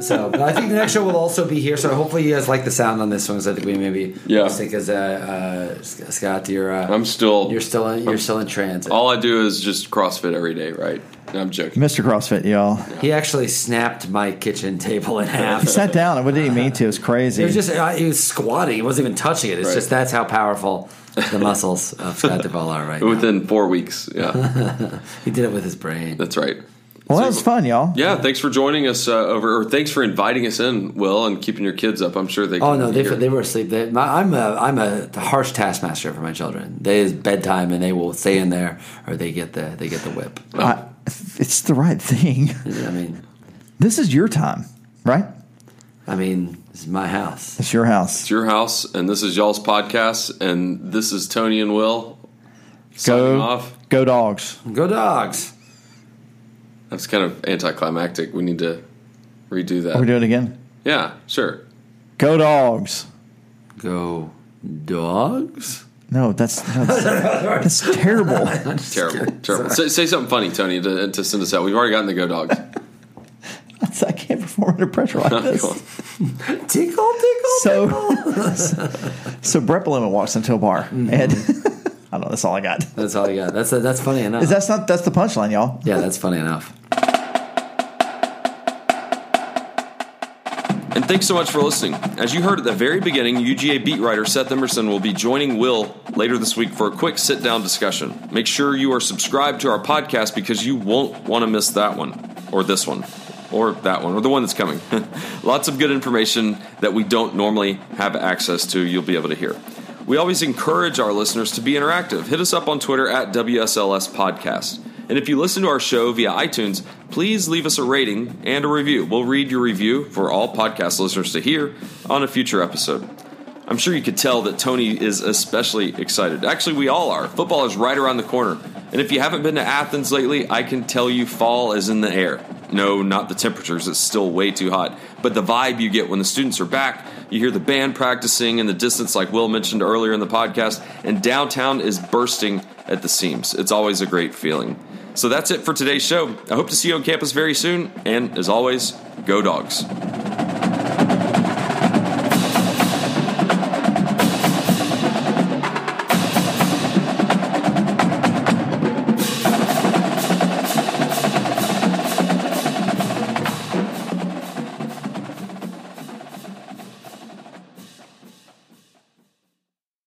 So, but I think the next show will also be here. So hopefully you guys like the sound on this one. Because I think we maybe
Yeah.
I think as uh, uh, S- Scott, you're uh,
I'm Oh. still.
you're still in, you're still in transit.
all I do is just CrossFit every day, right? No, I'm joking.
Mr. CrossFit, y'all.
he actually snapped my kitchen table in half.
He sat down. and What did he mean to? It was crazy.
It was just uh, he was squatting. He wasn't even touching it. It's
Right.
just that's how powerful the muscles of Scott Duvall are right now.
Within four weeks.
(laughs)
Yeah,
He did it with his brain.
that's right.
well, that was fun, y'all.
Yeah, thanks for joining us uh, over, or thanks for inviting us in, Will, and keeping your kids up. I'm sure they.
Oh
can
no, they,
hear.
they were asleep. They, my, I'm a I'm a harsh taskmaster for my children. They is bedtime and they will stay in there or they get the they get the whip.
Oh.
I- it's the right thing.
I mean,
This is your time, right?
I mean, this is my house.
It's your house.
It's your house, and this is y'all's podcast, and this is Tony and Will. Signing
Go,
off.
go, dogs.
Go dogs.
That's kind of anticlimactic. We need to redo that.
Are we doing it again?
yeah, sure.
Go, dogs.
Go dogs.
No, that's that's, that's terrible. (laughs)
(laughs)
Terrible, terrible. Say, say something funny, Tony, to, to send us out. We've already gotten the go
(laughs)
dogs.
I can't perform under pressure like this.
Tickle, tickle.
So, so Brett Bellamy walks into a bar, and (laughs) I don't know. That's all I got.
That's all you got. That's that's funny enough.
Is that's not that's the punchline, y'all.
yeah, that's funny enough.
And thanks so much for listening. As you heard at the very beginning, UGA beat writer Seth Emerson will be joining Will later this week for a quick sit down discussion. Make sure you are subscribed to our podcast because you won't want to miss that one, or this one, or that one, or the one that's coming. (laughs) Lots of good information that we don't normally have access to, you'll be able to hear. We always encourage our listeners to be interactive. Hit us up on Twitter at WSLS Podcast. And if you listen to our show via iTunes, please leave us a rating and a review. We'll read your review for all podcast listeners to hear on a future episode. I'm sure you could tell that Tony is especially excited. Actually, we all are. Football is right around the corner. And if you haven't been to Athens lately, I can tell you fall is in the air. No, not the temperatures, it's still way too hot. But the vibe you get when the students are back, you hear the band practicing in the distance, like Will mentioned earlier in the podcast, and downtown is bursting at the seams. It's always a great feeling. So that's it for today's show. I hope to see you on campus very soon, and as always, go dogs.